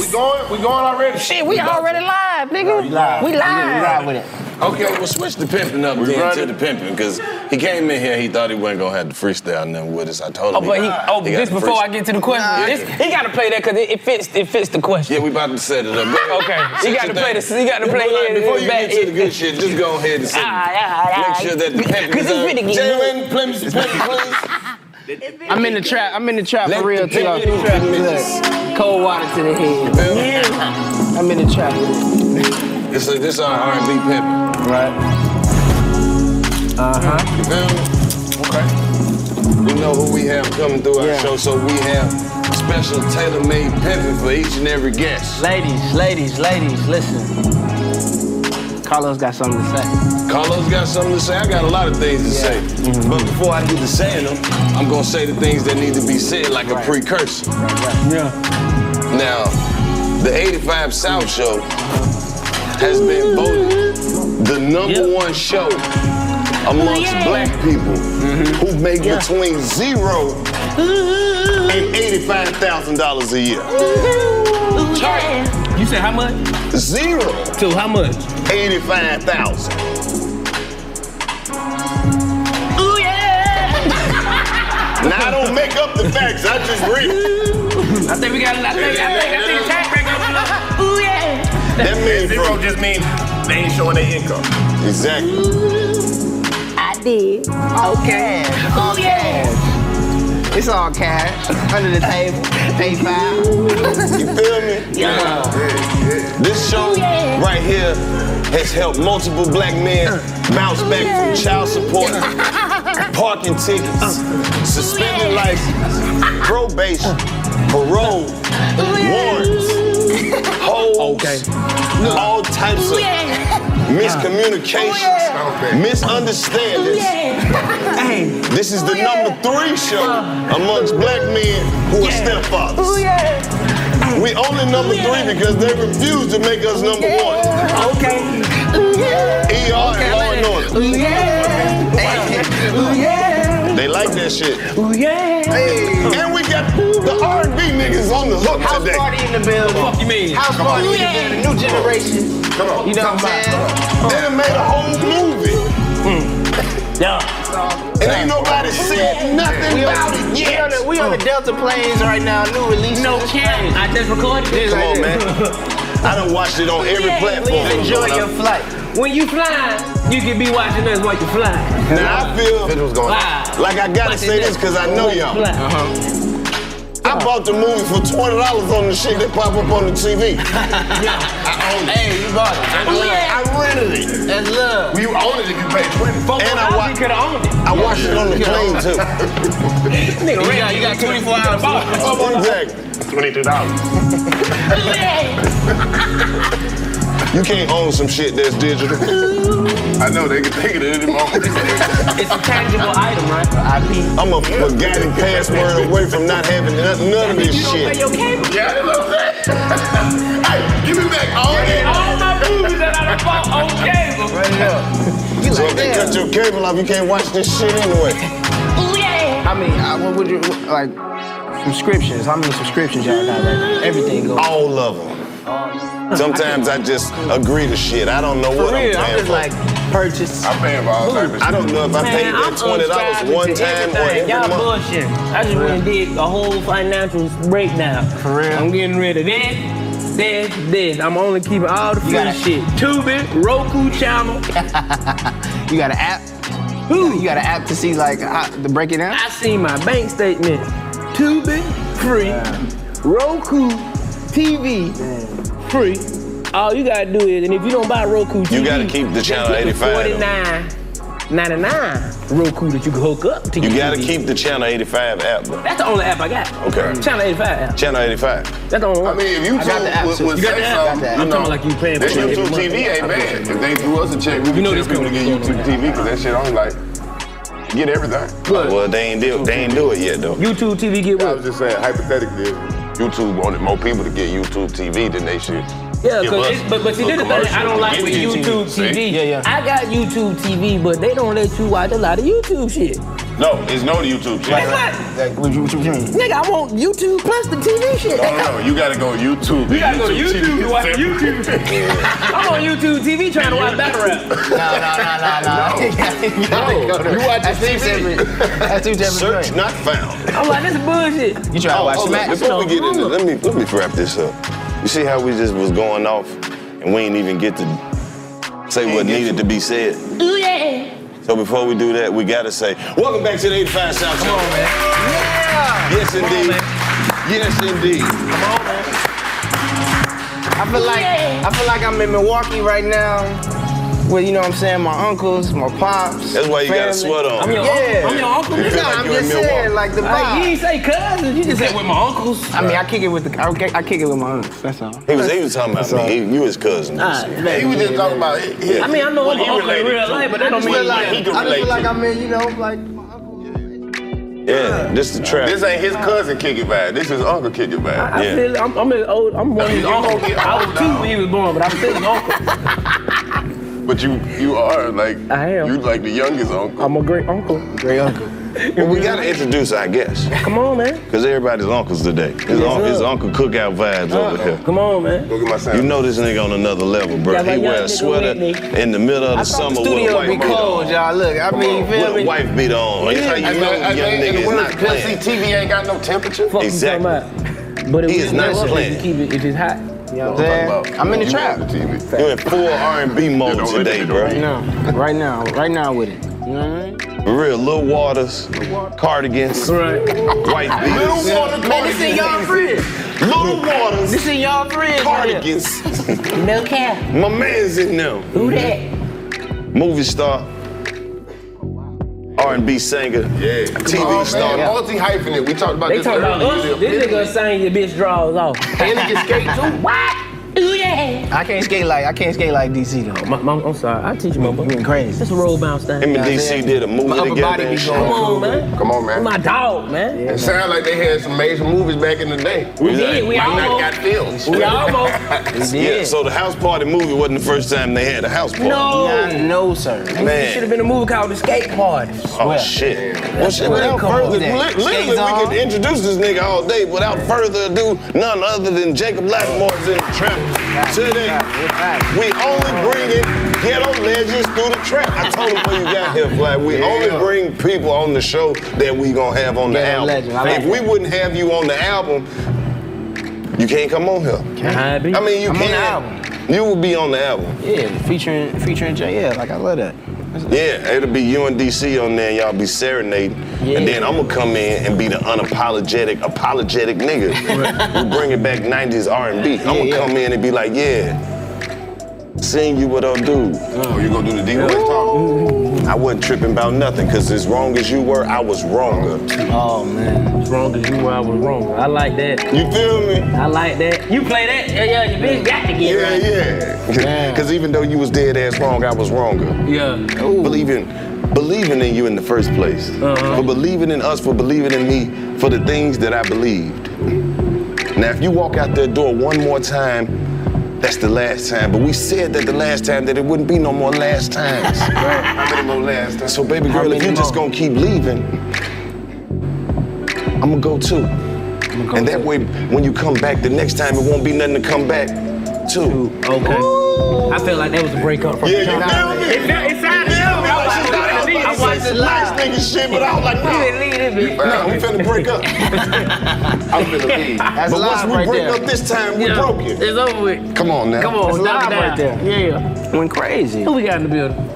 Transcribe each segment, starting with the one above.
We going? We going already? Shit, we already live, nigga. We live. We live. with it. Okay, well, switch the pimping up We then to running? the pimping because he came in here. He thought he wasn't gonna have to freestyle nothing with us. I told Oh, him. but he. Oh, got this the before I freest- get to the question. Nah, this, yeah. he got to play that because it, it fits. It fits the question. Yeah, we about to set it up. Go ahead. Okay, Set he got your to play thing. this- he got to Yeah, play but, like, it- Before you back- Ah, get to the good shit, just go ahead and set Alright, alright, Make sure that the alright. pimping is Cause it's on. finna get lit. Gentlemen, pimps, pimps, I'm in the trap. I'm in the trap Let for real the too. pimp in the trap. Look, cold water to the head. please. I'm in the trap. It's like this our R&B pimping, right? Uh-huh. Uh huh. You feel me? Okay. We know who we have coming through our Yeah. show, so we have special tailor-made pimping for each and every guest. Ladies, ladies, ladies, listen. Carlos got something to say. Mm-hmm. Carlos got something to say. I got a lot of things to say, but before I get to saying them, I'm gonna say the things that need to be said like a precursor. Yeah. Now, the 85 South Show has been voted the number one show amongst black people who make between zero and $85,000 a year. You said how much? Zero, To how much? 85,000. Now I don't make up the facts, I just read. it. I think we got. I think. I think. I think. the tax break up. That means from- just means they ain't showing their income. exactly. I did. Okay. Okay. It's all cash under the table. Pay five. You feel me? This show right here has helped multiple black men bounce back from child support, parking tickets, suspended license, probation, parole, warrants, holds, all types of miscommunications, misunderstandings. Hey. This is the number three show amongst black men who are stepfathers. Hey. We only number three because they refuse to make us number one. Okay. ER and Law and Order. They like that shit. yeah. And we got the R&B niggas on the hook House today. party in the building. you mean? House party in the building. New generation. Come on. You know what I'm saying? Mm. They done made a whole movie. Yeah. And ain't nobody said nothing we about on, it We yet. on the, we on the Delta planes right now, new release. No cap. I just recorded it. Come on, man. I done watched it on every platform. Enjoy your flight. When you fly, you can be watching us while you fly. Now I feel Wow. like I gotta say this because I know y'all. Fly. Uh-huh. I bought the movie for twenty dollars on the shit that pop up on the TV. I own it. Hey, you bought it. Oh, I rented it. That's love. Well, you own it if you pay twenty. And I watched it. I watched it on the plane too. Nigga, you got, you got 24 hours. Exactly. Twenty-two dollars. You can't own some shit that's digital. I know they can think of it anymore. It's a tangible item, right? I'm a forgotten password away from not having none, none of this You don't shit. pay your cable. Yeah, that's what I'm saying. hey, give me back all All that. my movies that I done bought on cable. so if they cut your cable off, you can't watch this shit anyway. I mean, I, what would you, like, subscriptions? How many subscriptions y'all got right now? Everything goes. All of them. Sometimes I just agree to shit. I don't know For what I'm real, paying I'm just for. like, purchase. I'm paying for all type of I don't know if I Man, paid I'm that twenty dollars unsubscribing one to time or everything. every Y'all month. bullshit. I just went and did a whole financial breakdown. For real. I'm getting rid of this, this, this. I'm only keeping all the free gotta- shit. Tubin, Roku channel. You got an app? Who? You got an app to see, like, how, to break it down? I see my bank statement. Tubin, free. Roku, TV, free. All you gotta do is, and if you don't buy Roku TV, You gotta keep the channel keep the 85 though. 49, 99 Roku that you can hook up to You your gotta TV. keep the Channel 85 app. though. That's the only app I got. Okay. Channel 85 app. Channel 85. That's the only one. I mean, if you I got the app, two would, too. would You got say the app? I something, got the you app. know, I'm talking like you paying for this it every YouTube month. TV I ain't pay bad. for it. If they threw us a check, we You could know tell this people to coming get YouTube TV because that shit on like get everything. Well, they ain't do, they ain't do it yet though. YouTube TV get I was just saying hypothetically, if YouTube wanted more people to get YouTube TV than they should. Yeah, give cause us it's, but but see, a this the thing I commercial don't to like get with YouTube TV. See? I got YouTube TV, but they don't let you watch a lot of YouTube shit. No, it's no YouTube shit. Like, what you, what you mean? Nigga, I want YouTube plus the TV shit. No, no, no. You gotta go YouTube. You gotta go to YouTube TV to is watch separate. YouTube. I'm on YouTube TV trying to watch battle rap. No, no, no, no, no. No, you watch That's two your TV. separate. That's two separate Search things. not found. I'm like, this is bullshit. You try to watch Hold on, Smack? before we get into let me let me wrap this up. You see how we just was going off and we ain't even get to say what needed to be said. So before we do that, we gotta say, welcome back to the 85 South Show. Yes indeed. Yes indeed. I feel like I feel like I'm in Milwaukee right now. Well, you know what I'm saying? My uncles, my pops. That's why you got a family. sweater on. I'm your Yeah. uncle. I'm your uncle. You nigga. No, feel like I'm you in just Milwaukee. saying, like the Like, you vibe. ain't say cousins. You just said with my uncles. I mean, I kick it with the, I kick- I kick it with my aunts. That's all. He was he was talking about That's all. me. He, you his cousin. Ah, He was just talking about it. Yeah. I mean, I know I'm an uncle in real life, but that don't I mean feel like, like. he can I just relate feel like to. I'm in, you know, like my Yeah, this the trap. This ain't his cousin kick it back. This is uncle kick it back. I Yeah. feel I'm, I'm his old. I'm one of his You gonna uncles. get I old was two now. when he was born, but I'm still his uncle. But you you are like I am. you like the youngest uncle. I'm a great uncle. great uncle. Well, we gotta introduce our guest. Come on, man. Cause everybody's uncles today. His, un- his uncle cookout vibes over here. Come on, man. Look at my You sound. know this nigga on another level, bro. Yeah, but he y'all wear a nigga sweater with me. in the middle of the I thought summer the with a studio white be beat cold, on. y'all. Look, I mean, you feel With a me? white beat on. That's how I you know think- I young think in nigga the is words, not Plus, see, playing. TV ain't got no temperature. Fuck Exactly. you talking about. But if He we is not love it, playing. You keep it if it's hot. You know what Talking I'm about, saying? I'm in the you trap. watch the TV. You in full R&B mode don't today, really bro. No, right now, right now with it. You know what I mean? For real, Lil Waters, cardigans, Right. white beats. Man, this in y'all fridge. Little Waters, This in y'all fridge. right here. cardigans. No cap. My man's in them. Who that? movie star, R&B singer, Yeah. TV star. Multi hyphenate. We talked about They this talking about earlier. us. This nigga saying your bitch draws off. And he can skate too. What? Ooh, yeah. I can't skate like I can't skate like DC though. My, my, I'm sorry, I teach you, my boy. crazy. It's a roll bounce thing. Him and DC did a movie My upper together. body be and shit. going. Come on, man. Come on, man. My dog, man. it sounded like they had some major movies back in the day. We did, we might almost- not got films. we almost- We yeah, did. so the house party movie wasn't the first time they had a house party. No, no, sir. It should Man. have been a movie called The Skate Party. Oh shit. Well, shit, what they without call further, that. li- literally, Skates we on. could introduce this nigga all day. Without further ado, none other than Jacob Blackmore's in the trap today. We only bring it ghetto legends through the trap. I told him when you got here, Black. We only bring people on the show that we gonna have on the Ghetto album. legend, I like if we wouldn't have you on the album, you can't come on here. I be? I mean, you I'm on the can. You will be on the album. Yeah, featuring featuring JL. Like I love that. Yeah, it'll be you and DC on there, and y'all be serenading. And then I'm gonna come in and be the unapologetic, apologetic nigga. who bring it back 90s R&B. I'm gonna come in and be like, yeah, seeing you what I'll do. Oh, you gonna do the D-Boy talk? I wasn't tripping about nothing, because as wrong as you were, I was wronger. Oh man, as wrong as you were, I was wrong. I like that. You feel me? I like that. You play that? Yeah, yeah. Your bitch got to get Yeah, right. yeah. Because even though you was dead ass wrong, I was wronger. Yeah. Believing, believing in you in the first place. Uh-huh. For believing in us, for believing in me, for the things that I believed. Now, if you walk out that door one more time, that's the last time. But we said that the last time that it wouldn't be no more last times. How many more last time? So, baby How girl, if many you just more? gonna keep leaving, I'm gonna go too. and that way, when you come back the next time, it won't be nothing to come back to. Okay. I felt like that was a breakup from Yeah, the you top. feel me? It sounded I was just like, I was about to say some nice nigga shit, but I was like, You didn't no. leave this bitch. Nah, we finna break up. I'm finna leave. That's but once live we right break there. up this time, we broke it. It's over with. Come on now. Come on, That's knock it live right down. there. Yeah, yeah. Went crazy. Who we got in the building?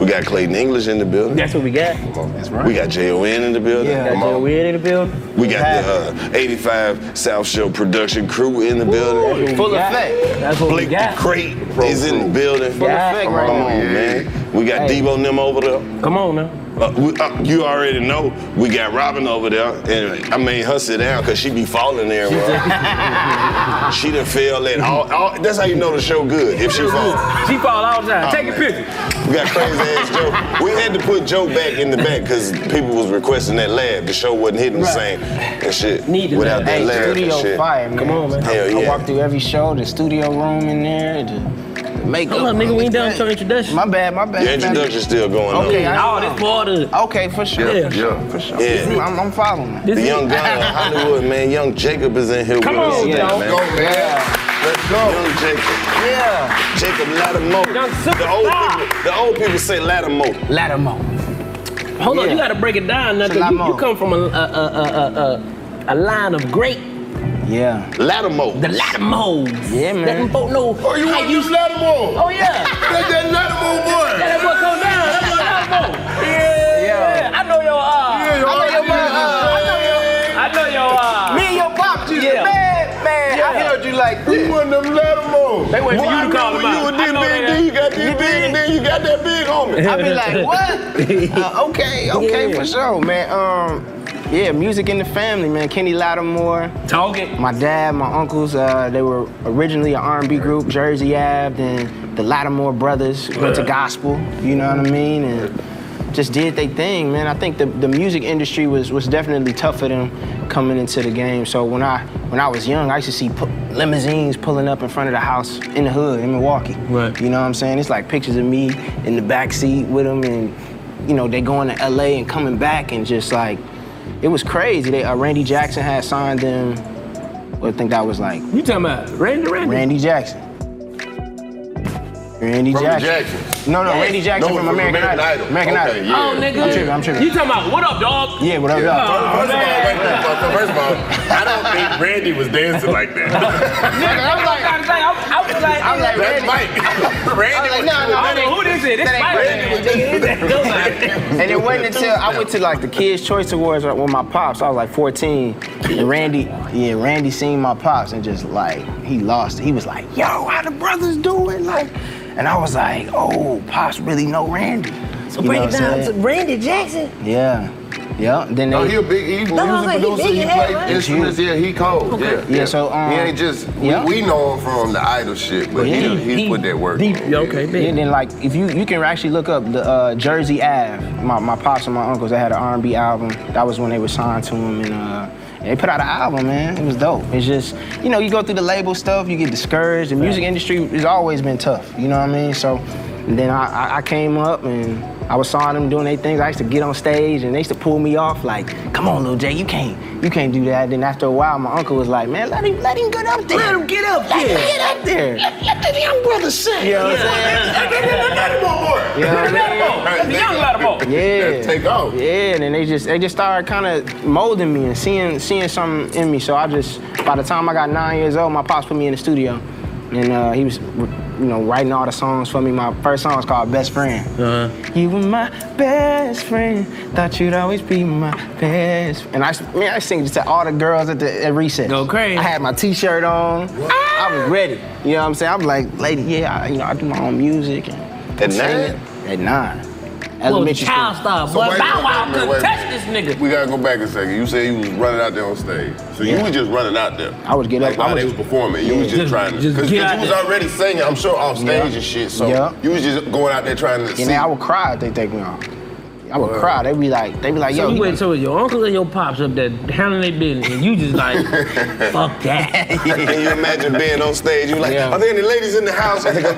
We got Clayton English in the building. That's what we got. That's We got J.O.N. in the building. Yeah. Come Got on. Weird in the building. We got the uh, 85 South Show production crew in the building. Full effect. That's what Blake we got. the Crate is in the building. Full effect Come right on, now. man. We got Debo and them over there. Come on now. Uh, we, uh, you already know we got Robin over there, and I made her sit down because she be falling there. Bro. she done fell at all, all. That's how you know the show good if she fall. She fall all the time. Oh, Take a man. picture. We got crazy ass Joe. We had to put Joe back in the back because people was requesting that lab. The show wasn't hitting the same and shit. Need the without lab. that Hey, lab and studio shit. fire, man. Come on, man. Hell I yeah. walked through every show, the studio room in there, the, the makeup. Hold up, nigga. We ain't done with your introduction. My bad, my bad. The introduction's still going on. Okay, I- All this water. Okay, for sure. Yeah. Yeah, for sure. Yeah. I'm, I'm following. that. The young gun of Hollywood, man. Young Jacob is in here Come with us on, today, Joe. man. Yeah. Let's go. Young Jacob. Yeah. Jacob Lattimore. Young The old superstar. people, the old people say Lattimore. Lattimore. Hold on, Yeah. you gotta break it down now, It's a lot 'cause you, you more. come from a, a, a, a, a, a, a line of great, Yeah. Lattimore. the Latimos. Yeah, man. Let them folk know. Oh, you want to use Lattimore? Oh, yeah. That's that Lattimore boy. Let that boy come down. That boy Latimo. Yeah. Yeah. I know your, uh, Yeah, your I know your, idea is uh, I know your, uh, Me and your pops used Yeah. to, man, man, I Yeah. heard you like You this. want them Lattimore. They wait for Boy, I you to call remember them out. You were I this know big, that. then you got this big, and then you got that big homie. I be like, what? Uh, okay, okay, Yeah. for sure, man. Um, yeah, music in the family, man. Kenny Lattimore, Talk it. my dad, my uncles, uh, they were originally an R&B group, Jersey Ave, then the Lattimore brothers went to gospel, you know what I mean? And just did their thing, man. I think the, the music industry was was definitely tough for them coming into the game. So when I when I was young, I used to see pu- limousines pulling up in front of the house in the hood in Milwaukee. Right. You know what I'm saying? It's like pictures of me in the back seat with them and you know, they going to LA and coming back and just like it was crazy. They, uh, Randy Jackson had signed them well, I think that was like You talking about Randy Randy? Randy Jackson. Randy From the Jackson. Jacksons. No, no, Randy Jackson No, from American, Idol. American okay, Idol. Yeah. Oh, nigga. I'm tripping, I'm tripping. You talking about, what up, dog? Yeah, whatever. Yeah. Oh, y'all- first, first man. of all, wait, wait, first of all, I don't think Randy was dancing like that. Nigga, I'm like, I was like, I was like, I'm like, That's Mike. Randy I'm like, was no, no, I don't know who this is. This That ain't Mike Randy. Nigga, And it wasn't until I went to like the Kids Choice Awards like, with my pops. I was like 14, and Randy, yeah, Randy seen my pops and just like he lost. it. He was like, "Yo, how the brothers doing?" Like, and I was like, "Oh, pops really know Randy." So Break it down to Randy Jackson. Yeah. Yeah. Then No, they, Oh, he a big he, he was a producer, he, played instruments, yeah, he cold. Okay. Yeah, Yeah, so, um, he ain't just we, yeah. we know him from the idol shit, but Yeah. he, he, put that work. Deep. in. okay, And then like if you you can actually look up the uh, Jersey Ave. My my pops and my uncles they had an R&B album. That was when they were signed to him and. Uh, they put out an album, man. It was dope. It's just, you know, you go through the label stuff, you get discouraged. The music industry has always been tough, you know what I mean? So then I, I, I came up and I was saw them doing their things. I used to get on stage and they used to pull me off like, come on, Lil J, you can't, you can't do that. Then after a while, my uncle was like, man, let him, let him get up there. Let him get up there. get up there. Let, let the young brother sing. You know what I'm Let, let, let, let him on board. You know what I Let, him mean? on. Let the young let him on. Yeah. Take off. Yeah, and then they just they just started kind of molding me and seeing seeing something in me. So I just by the time I got nine years old, my pops put me in the studio, and uh, he was you know writing all the songs for me. My first song was called Best Friend. Uh-huh. You were my best friend. Thought you'd always be my best. And I, man, I sing to all the girls at the at recess. Go crazy. I had my T-shirt on. I was ready. You know what I'm saying? I'm like, lady, yeah, I, you know, I do my own music. And At sing nine? it. At nine. Well, Elementary child school. star, So boy. wait a Bow Wow minute, couldn't wait a touch this nigga. We gotta go back a second. You said you was running out there on stage, so you Yeah. were just running out there. I was getting like up- I while was they was just- performing. You was Yeah. just trying to, Just- because just you get out was there. already singing. I'm sure off stage Yeah. and shit. So Yeah. you was just going out there trying to You sing. know, I would cry if they take me off. I would Wow. cry. They'd be like, they'd be like, so yo. you went so your uncles and your pops up there handling their business, and you just like, fuck that. Can you imagine being on stage? You like, Yeah. are there any ladies in the house? And they go,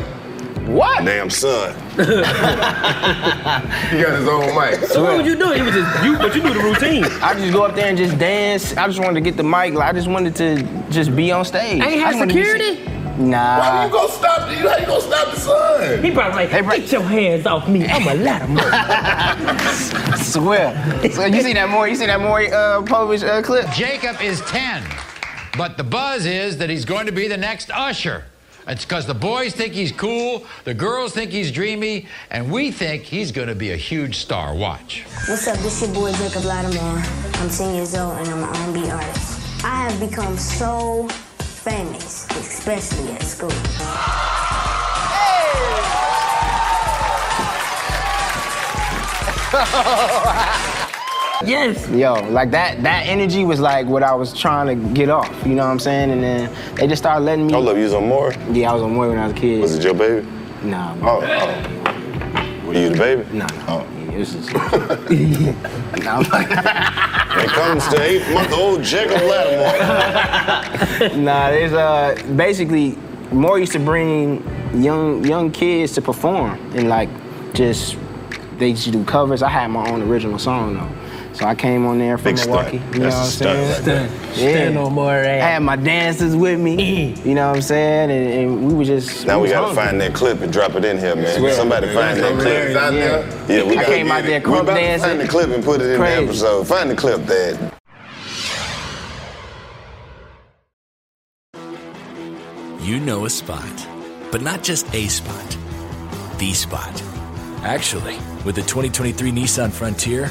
what? Damn son. he got his own mic. So what would you do? It was just you, but you knew the routine. I just go up there and just dance. I just wanted to get the mic. Like, I just wanted to just be on stage. Ain't I have just wanted to be security? seen. Nah. How you gonna stop? How you gonna stop the son? He probably like, get your hands off me. I'm a lot of money. Swear. So you see that more? You see that more uh, Povich uh, clip? Jacob is 10, but the buzz is that he's going to be the next Usher. It's because the boys think he's cool, the girls think he's dreamy, and we think he's going to be a huge star. Watch. What's up? This your boy Jacob Lattimore. I'm 10 years old and I'm an R&B artist. I have become so famous, especially at school. Yes. Yo, like that that energy was like what I was trying to get off, you know what I'm saying? And then they just started letting me. Hold up, you was on more? Yeah, I was on more when I was a kid. Was it your baby? Nah. Oh, oh. Were you the baby? Nah. Oh. It was just. When it comes to eight month old Jacob Lattimore. nah, there's uh basically more used to bring young young kids to perform and like just they used to do covers. I had my own original song though. So I came on there from Big stunt. Milwaukee. You know That's what a I'm stunt saying? right there. Stunt. Stunt on more I had my dancers with me. you know what I'm saying? And, and we were just Now we was gotta hungry. find that clip and drop it in here, man. Swear. Somebody find that clip. Hilarious. Yeah. Yeah, we I gotta came get out there it. crump we about dancing. To find the clip and put it in Crazy. the episode. Find the clip, Dad. You know a spot, but not just a spot, the spot. Actually, with the 2023 Nissan Frontier,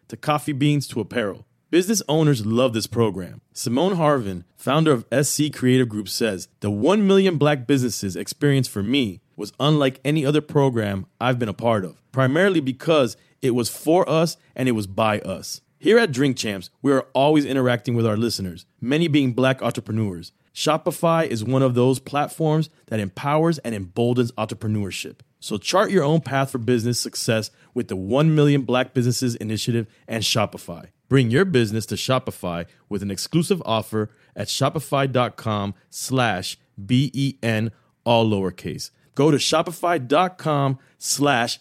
to coffee beans to apparel. Business owners love this program. Simone Harvin, founder of SC Creative Group, says the 1 million black businesses experience for me was unlike any other program I've been a part of, primarily because it was for us and it was by us. Here at Drink Champs, we are always interacting with our listeners, many being black entrepreneurs. Shopify is one of those platforms that empowers and emboldens entrepreneurship. So chart your own path for business success with the 1 Million Black Businesses Initiative and Shopify. Bring your business to Shopify with an exclusive offer at shopify.com slash B-E-N, all lowercase. Go to shopify.com slash E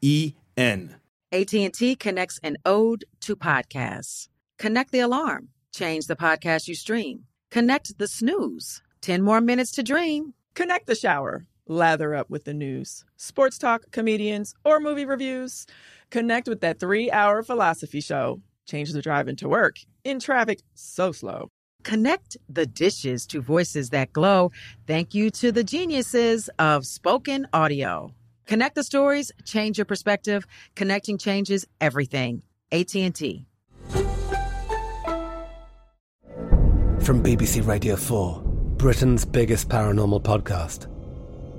B-E-N. AT&T connects an ode to podcasts. Connect the alarm. Change the podcast you stream. Connect the snooze. 10 more minutes to dream. Connect the shower. Lather up with the news, sports talk, comedians, or movie reviews. Connect with that three hour philosophy show. Change the drive into work. In traffic, so slow. Connect the dishes to voices that glow. Thank you to the geniuses of spoken audio. Connect the stories, change your perspective. Connecting changes everything. AT&T. From BBC Radio 4, Britain's biggest paranormal podcast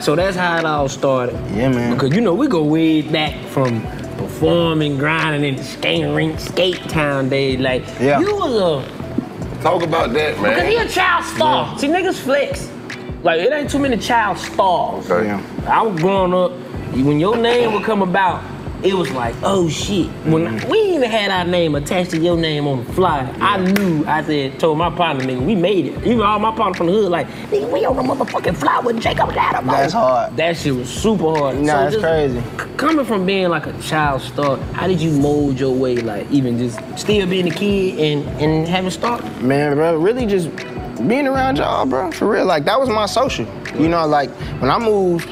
So that's how it all started. Yeah, man. Because you know we go way back from performing, grinding, and skating rink, skate town days. Like Yeah. you was a Talk about that, man. because he a child star. See niggas flex. Like it ain't too many child stars. Okay. I was growing up. When your name would come about, it was like, oh shit. When we even had our name attached to your name on the flyer, I knew. I said, told my partner, nigga, we made it. Even all my partner from the hood, like, nigga, we on the motherfucking flyer with Jacob Mm, Latimer. That's hard. That shit was super hard. Nah, that's crazy. Coming from being like a child star, how did you mold your way, like even just still being a kid and and having start? Man, bro, really just being around y'all, bro, for real. Like, that was my social. You know, like, when I moved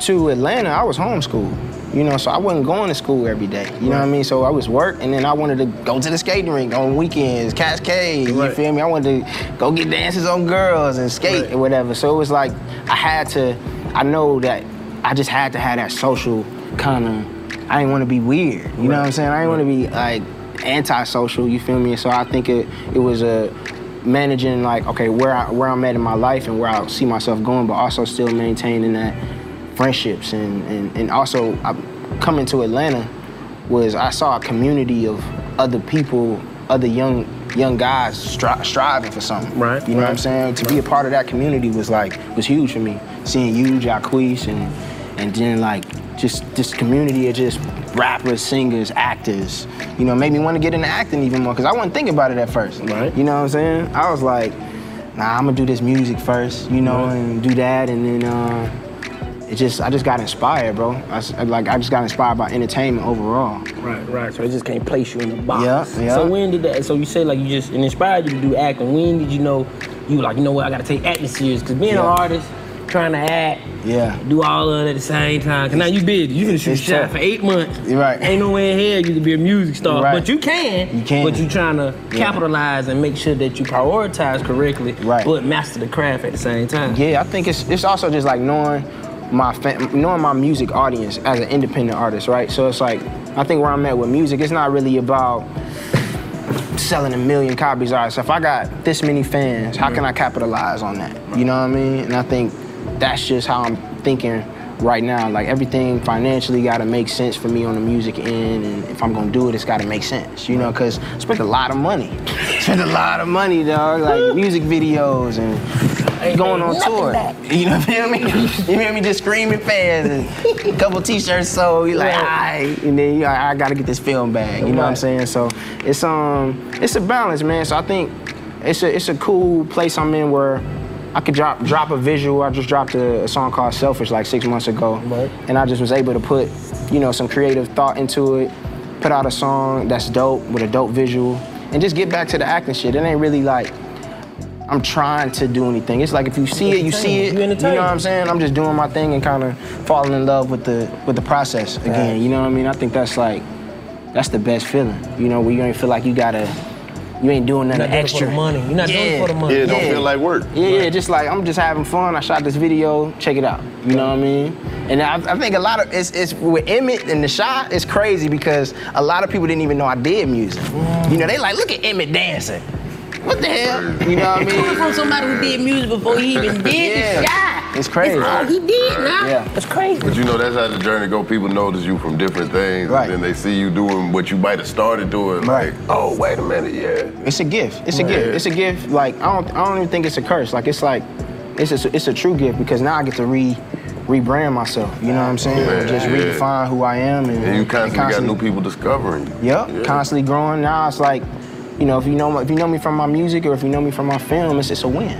to Atlanta, I was homeschooled. You know, so I wasn't going to school every day. You know what I mean? So I was work, and then I wanted to go to the skating rink on weekends, Cascade. You feel me? I wanted to go get dances on girls and skate or whatever. So it was like I had to. I know that I just had to have that social kind of. I didn't want to be weird. You know what I'm saying? I didn't want to be like antisocial. You feel me? So I think it it was a managing like okay where I, where I'm at in my life and where I see myself going, but also still maintaining that friendships and, and, and also I, coming to Atlanta was I saw a community of other people, other young young guys stri- striving for something. Right. You know what I'm saying? To be a part of that community was like was huge for me. Seeing you, Jacquees, and and then like just this community of just rappers, singers, actors. You know, made me want to get into acting even more because I wasn't thinking about it at first. Right. You know what I'm saying? I was like, nah, I'm gonna do this music first. You know, and do that, and then. Uh, it just I just got inspired, bro. I, s- like I just got inspired by entertainment overall. Right, right. So it just can't place you in the box. Yeah, yeah. So when did that? So you say like you just it inspired you to do acting. When did you know you were like you know what I gotta take acting serious? Cause being an Yeah. artist, trying to act, Yeah. do all of it at the same time. Cause now you big, you can shoot It's shot tough. for eight months. Right. Ain't no way in hell you could be a music star, Right. but you can. You can. But you trying to Yeah. capitalize and make sure that you prioritize correctly. Right. But master the craft at the same time. Yeah, I think it's it's also just like knowing my fan, knowing my music audience as an independent artist, right? So it's like I think where I'm at with music, it's not really about selling a million copies. All right, so if I got this many fans, how can I capitalize on that? You know what I mean? And I think that's just how I'm thinking right now. Like everything financially got to make sense for me on the music end, and if I'm gonna do it, it's got to make sense. You know, because I spent a lot of money, spent a lot of money, dog, like music videos and going on tour. You know what I mean? You hear me just screaming fans and a couple t-shirts sold. You like, all right, and then you like, I gotta get this film bag. You know what I'm saying? So it's um, it's a balance, man. So I think it's a it's a cool place I'm in where I could drop drop a visual. I just dropped a, a song called Selfish like six months ago, and I just was able to put, you know, some creative thought into it. Put out a song that's dope with a dope visual, and just get back to the acting shit. It ain't really like I'm trying to do anything. It's like if you see it, you see it. You know what I'm saying? I'm just doing my thing and kind of falling in love with the with the process again. You know what I mean? I think that's like that's the best feeling. You know, where you ain't feel like you gotta you ain't doing nothing You're not doing it for extra. the money. You're not doing it for the money. Yeah, it don't feel like work. Yeah, yeah, just like I'm just having fun. I shot this video. Check it out. You know what I mean? And I, I think a lot of it's, it's with Emmett and the shot. It's crazy because a lot of people didn't even know I did music. You know, they like look at Emmett dancing. What the hell? You know what I mean? Coming from somebody who did music before he even did Yeah. the shot. It's crazy. It's all he did now. Yeah. It's crazy. But you know, that's how the journey go. People notice you from different things, Right. and then they see you doing what you might have started doing. Right. Like, oh, wait a minute, yeah. It's a gift. It's a Right. gift. It's a gift. Like I don't, I don't even think it's a curse. Like it's like, it's a, it's a true gift because now I get to re, rebrand myself. You know what I'm saying? Yeah, Just yeah. redefine who I am and, And you and constantly, got constantly- new people discovering you. Yep, constantly growing. Now it's like, you know, if you know my- if you know me from my music or if you know me from my film, it's it's a win.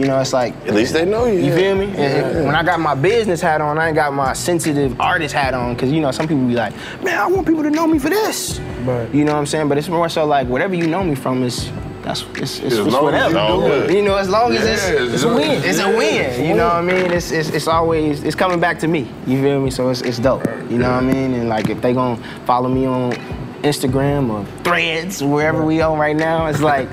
You know, it's like At least they know you. You yeah. feel me? And- and Yeah. When I got my business hat on, I ain't got my sensitive artist hat on because you know some people be like, man, I want people to know me for this. You know what I'm saying? But it's more so like whatever you know me from is. That's it's, it's, Yeah, as it's long whatever. as you do it. you know, as long as Yeah, it's, as it's a long- win. It's a yeah, win. it's a you know win. what I mean? It's, it's it's always it's coming back to me. You feel me? So it's it's dope. You know what I mean? And like if they gonna follow me on Instagram or threads, wherever we on right now, it's like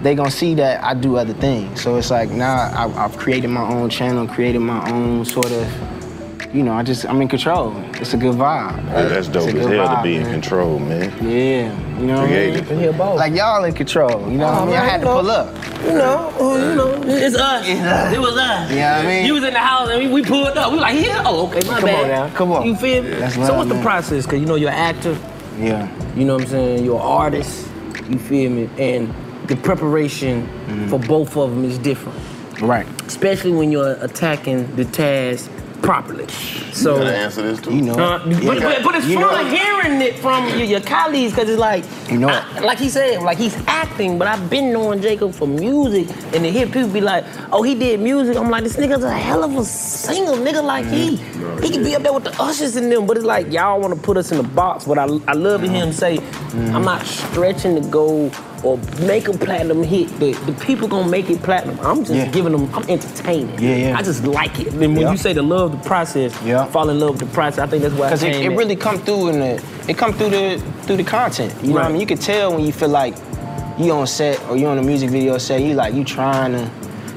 they gonna see that I do other things. So it's like now I, I've created my own channel, created my own sort of, you know, I just I'm in control. It's a good vibe. that's dope as It's a hell good to vibe, be in man. control, man. Yeah, you know what I mean? Creative. Like y'all in control. You know what I Oh, mean? I man, had to you know. pull up. You know, oh, you know, it's us. It was us. You know what I mean? You was in the house and we, we pulled up. We like, yeah, oh, okay, my Come bad. on now, come on. You feel me? That's so love, what's the man. process? Cause you know you're an actor. Yeah. You know what I'm saying? You're an artist. You feel me? And the preparation for both of them is different. Mm-hmm. Right. Especially when you're attacking the task properly. So you gotta answer this too. You know. but, but, but it's You know fun it. hearing it from your, your colleagues because it's like, You know I- like he said, like he's acting, but I've been knowing Jacob for music, and to hear people be like, oh, he did music. I'm like, this nigga's a hell of a singer, nigga. Like Mm-hmm. he, he could be up there with the ushers and them, but it's like y'all want to put us in a box. But I, I love to hear him say, Mm-hmm. I'm not stretching to go or make a platinum hit. The, the people gonna make it platinum. I'm just giving them. I'm entertaining. Yeah, yeah. I just like it. And when Yeah. you say to love the process, yeah. fall in love with the process. I think that's why. Because it, it really come through in the it come through the through the content. You know what I Right. mean? You could tell when you feel like you on set or you on a music video set, you like you trying to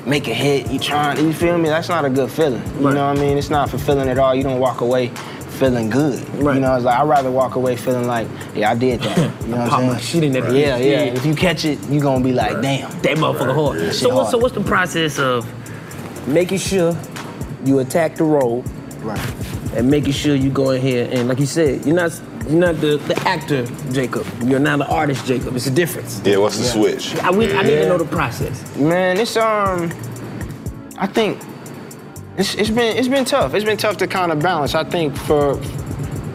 make a hit, you trying you feel me? That's not a good feeling. You know what I mean? It's not fulfilling at all. You don't walk away feeling good. You know, it's like I'd rather walk away feeling like, yeah, I did that. You know what Pop I'm my saying? shit in that Yeah, bitch. yeah. Yeah. If you catch it, you gonna be like, damn. That motherfucker hard. That shit So, what- hard. so what's the process of making sure you attack the role, right? And making sure you go in here and like you said, you're not you're not the, the actor Jacob. You're not the artist Jacob. It's a difference. Yeah, what's the switch? I, wish, I need Yeah. to know the process. Man, it's um, I think it's, it's been it's been tough. It's been tough to kind of balance. I think for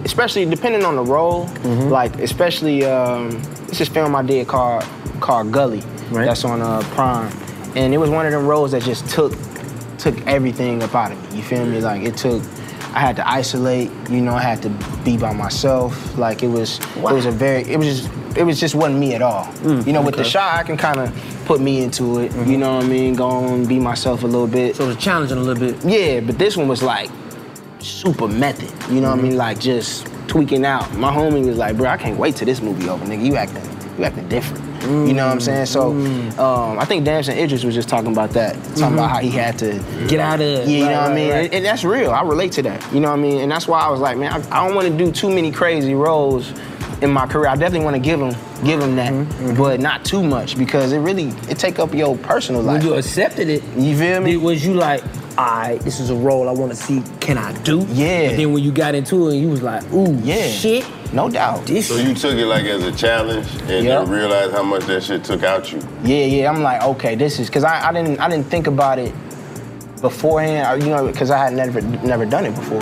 especially depending on the role, like especially um, it's this film I did called called Gully. That's on uh, Prime, and it was one of them roles that just took took everything up out of me. You feel me? Like it took. I had to isolate. You know, I had to be by myself. Like it was it was a very it was just it was just wasn't me at all. you know, with the okay. shot, I can kind of put me into it. You know what I mean? Go on, be myself a little bit. So Mm-hmm. it was challenging a little bit. Yeah, but this one was like super method. You know what I Mm-hmm. mean? Like just tweaking out. My homie was like, bro, I can't wait till this movie over, nigga. You acting, you acting different. You know what I'm saying? So Mm-hmm. um, I think Damson Idris was just talking about that, talking about Mhm. how he had to Get out of it. Yeah, you Right, know what I right, mean? right. And, and that's real. I relate to that. You know what I mean? And that's why I was like, man, I, I don't want to do too many crazy roles in my career. I definitely want to give them give them that, but not too much because it really it take up your personal life. When you accepted it, you feel me? was you like, all right, this is a role I want to see. Can I do? Yeah. And then when you got into it, you was like, ooh, yeah, shit, no doubt. So you took it like as a challenge and Yep. you realized how much that shit took out you. Yeah, yeah. I'm like, okay, this is because I, I didn't I didn't think about it beforehand. I- You know, because I had never never done it before.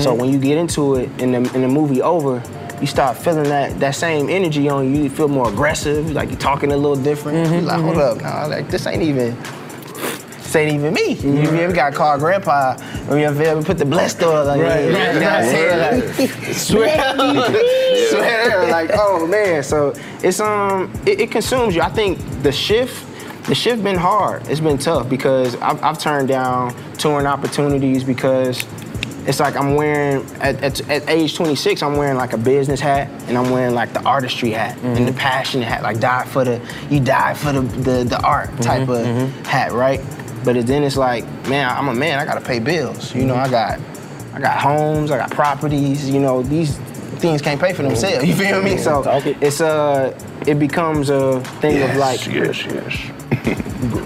So when you get into it and the, and the movie over, you start feeling that that same energy on you. You feel more aggressive. Like you're talking a little different. You're like, hold up, nah, like this ain't even. This ain't even me. You feel me? Got to call grandpa. Or you feel me? Put the blessed on. Like, Right, you know right, what I'm right. saying? Like, swear, swear, like oh man. So it's um, it, it consumes you. I think the shift, the shift been hard. It's been tough because I've, I've turned down touring opportunities because it's like I'm wearing at, at, at age 26, I'm wearing like a business hat and I'm wearing like the artistry hat and the passion hat, like die for the you die for the the, the art type of hat, right? But it, then it's like, man, I'm a man. I gotta pay bills. You know, I got I got homes, I got properties, you know, these things can't pay for themselves, you feel me? So it's uh it becomes a thing of Yes, like yes, yes.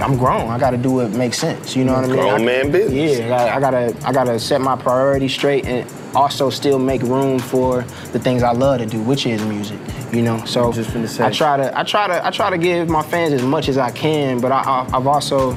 I'm grown. I gotta do what makes sense. You know what I mean? Grown I- man business. Yeah, like, I gotta I gotta set my priorities straight and also still make room for the things I love to do, which is music. You know, so I try to I try to I try to give my fans as much as I can, but I, I I've also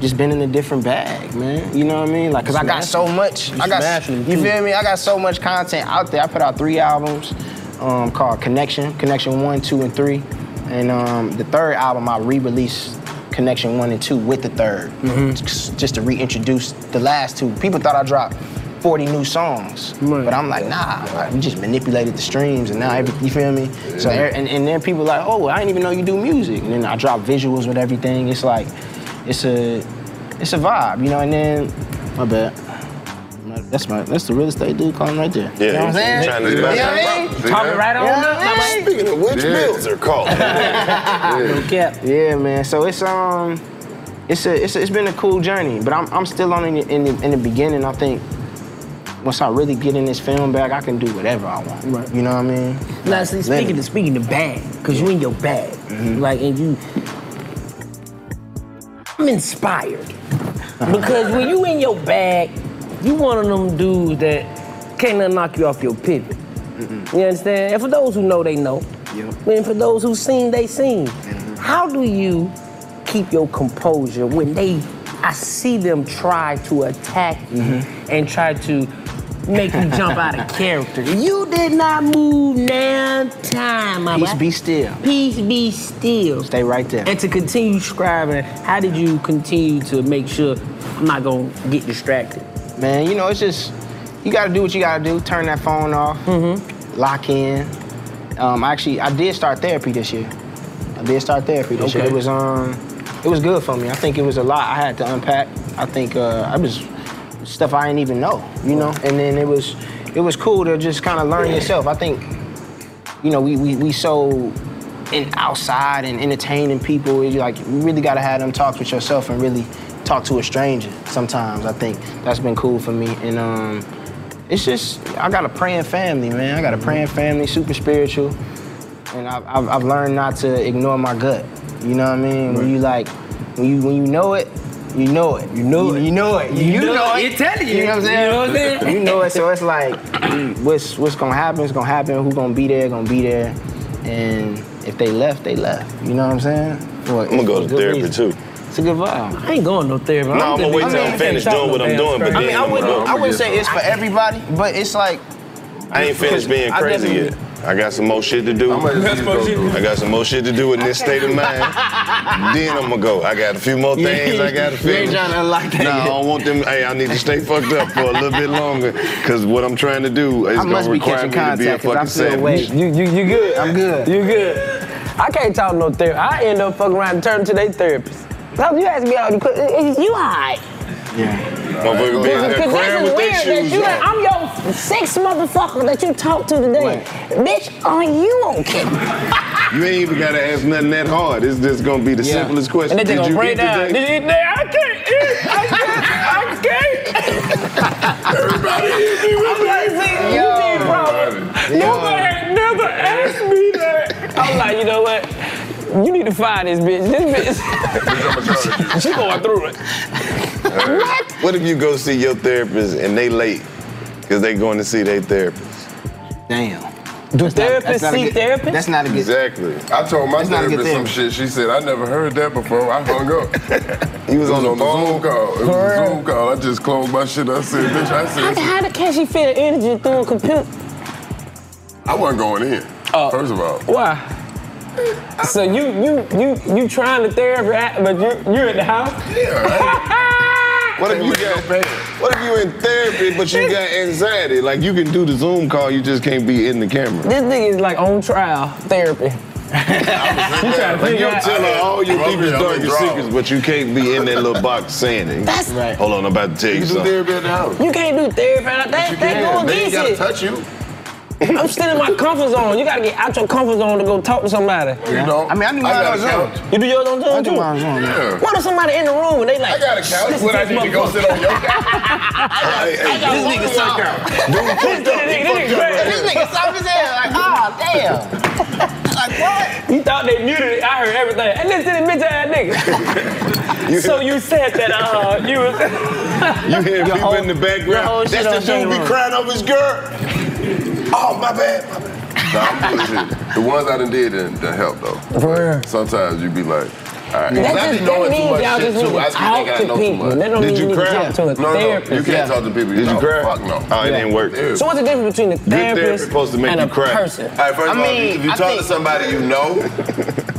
just been in a different bag, man. You know what I mean? Like, cause I got so much. I got smashing you them, too. feel me? I got so much content out there. I put out three albums um, called Connection, Connection One, Two, and Three, and um, the third album I re-released Connection One and Two with the 3rd Mm-hmm. just to reintroduce the last two. People thought I dropped. 40 new songs, but I'm like, nah, like, we just manipulated the streams, and now every, you feel me. So Yeah. and, and then people like, oh, I didn't even know you do music, and then I drop visuals with everything. It's like, it's a, it's a vibe, you know. And then, my bad. My- That's my that's the real estate dude calling right there. Yeah, you know what I'm he's saying? trying to you know what smash I that mean? property. Talking right on up, my man. Speaking of which, Yeah. bills are calling. No cap. Yeah, man. So it's um, it's a, it's a, it's been a cool journey, but I'm I'm still on in the, in the, in the beginning. I think once I really get in this film bag, I can do whatever I want. Right. You know what I mean? Now, see, speaking Literally. to speaking to bag, cause you in your bag, Mm-hmm. like, and you, I'm inspired because when you in your bag, you one of them dudes that can't nothing knock you off your pivot. You understand? And for those who know, they know. And for those who seen, they seen. How do you keep your composure when they? I see them try to attack you and try to make you jump out of character. You did not move now time. my Peace boy. be still. Peace be still. Stay right there. And to continue scribing, how did you continue to make sure I'm not gonna get distracted? Man, you know, it's just you gotta do what you gotta do. Turn that phone off. Mm-hmm. Lock in. Um, actually, I did start therapy this year. I did start therapy this year. Okay. It was um, it was good for me. I think it was a lot I had to unpack. I think uh, I was stuff I didn't even know, you know. And then it was it was cool to just kind of learn yourself. I think you know, we we, we so in outside and entertaining people. You like you really gotta have them talks with yourself and really talk to a stranger sometimes. I think that's been cool for me. And um, it's just I got a praying family, man. I got a praying family, super spiritual. And I've, I've, I've learned not to ignore my gut. You know what I mean? When you like, when you when you know it, you know it. You know it. You know it. You know it. It's telling you. You know what I'm saying? You know what I'm saying? You know it. So it's like, what's what's gonna happen? It's gonna happen. Who gonna be there? Gonna be there. And if they left, they left. You know what I'm saying? I'm gonna go to therapy, too. It's a good vibe. I ain't going no therapy. No, I'm gonna wait till I'm finished doing what I'm doing, but I mean, then I I'm wouldn't, gonna- I wouldn't say it's for everybody, but it's like I ain't finished being I crazy definitely- yet. I got some more shit to do. I got some more shit to do in this state of mind. then I'm gonna go. I got a few more things I gotta You ain't finish. tryna unlock that Nah, I yet. don't want them. Hey, I need to stay fucked up for a little bit longer, cause what I'm trying to do is I gonna must be require catching me to be a contact fucking because I feel away. savage. You, you, you good? I'm good. You good? I can't talk no therapy. I end up fucking around and turn to their therapist. So you ask me how you quit, you alright? Motherfucker be out there Because crying with their this is weird shoes that you like, on. I'm your sixth motherfucker that you talked to today. Bitch, are you okay? You ain't even gotta ask nothing that hard. It's just gonna be the Yeah. simplest question. And they Did gonna you break eat down. today? Did you eat today? I can't eat. I can't. I can't. Everybody eat me with me. Yo. You did, bro. Nobody had never You need to find this bitch. This bitch. she going through it. what? What if you go see your therapist and they late because they going to see their therapist? Damn. Do therapists not a see good- therapists? that's not a good- Exactly. I told my That's not a good Some therapist. shit. She said I never heard that before. I hung up. he was, on, on the the Zoom call. It was a Zoom call. I just closed my shit. I said, bitch. I How, said, how the can she feel energy through a computer? I wasn't going in. Uh. first of all, Why? So you you you you trying to therapy, at- but you you at the house? What if you got? What if you in therapy but you got anxiety? Like you can do the Zoom call, you just can't be in the camera. This nigga is like on trial therapy. You trying to like figure you out- tell her all your Well, deepest, yeah, I'm darkest withdrawal. secrets, but you can't be in that little box saying it. That's- right. Hold on, I'm about to tell you, You do something. therapy at the house. You can't do therapy. out- They, they go They ain't against gotta it. touch you. I'm still in my comfort zone. You gotta get out your comfort zone to go talk to somebody. You don't. I mean, I knew I mine got a on Zoom. You do yours on Zoom too? yeah. What if somebody in the room and they like? I got a couch. What I need to go sit on your couch? Hey, hey, this nigga suck out. This nigga crazy. This nigga soft as hell. Like, ah, damn. ah, like, what? You thought they muted it. I heard everything. And listen to this bitch ass nigga. so you said that uh you was You hear people in the background. shit That's the on dude be camera. crying over his girl. Oh my bad. my bad. Nah, I'm bullshit. The ones I done did didn't, didn't help though. Sometimes you be like, all right. That I just- that be knowing too means much y'all shit just need too. to I just talk think I to know people. too They much. don't Did even you need to cry? talk to a no, no, you can't therapist. Yeah. talk to people. Did you no, cry? Fuck no. Oh, it didn't work. So what's the difference between a Good therapy therapist supposed to make and you a cry. person? All right, first I of all, mean, if you I talk think- to somebody you know,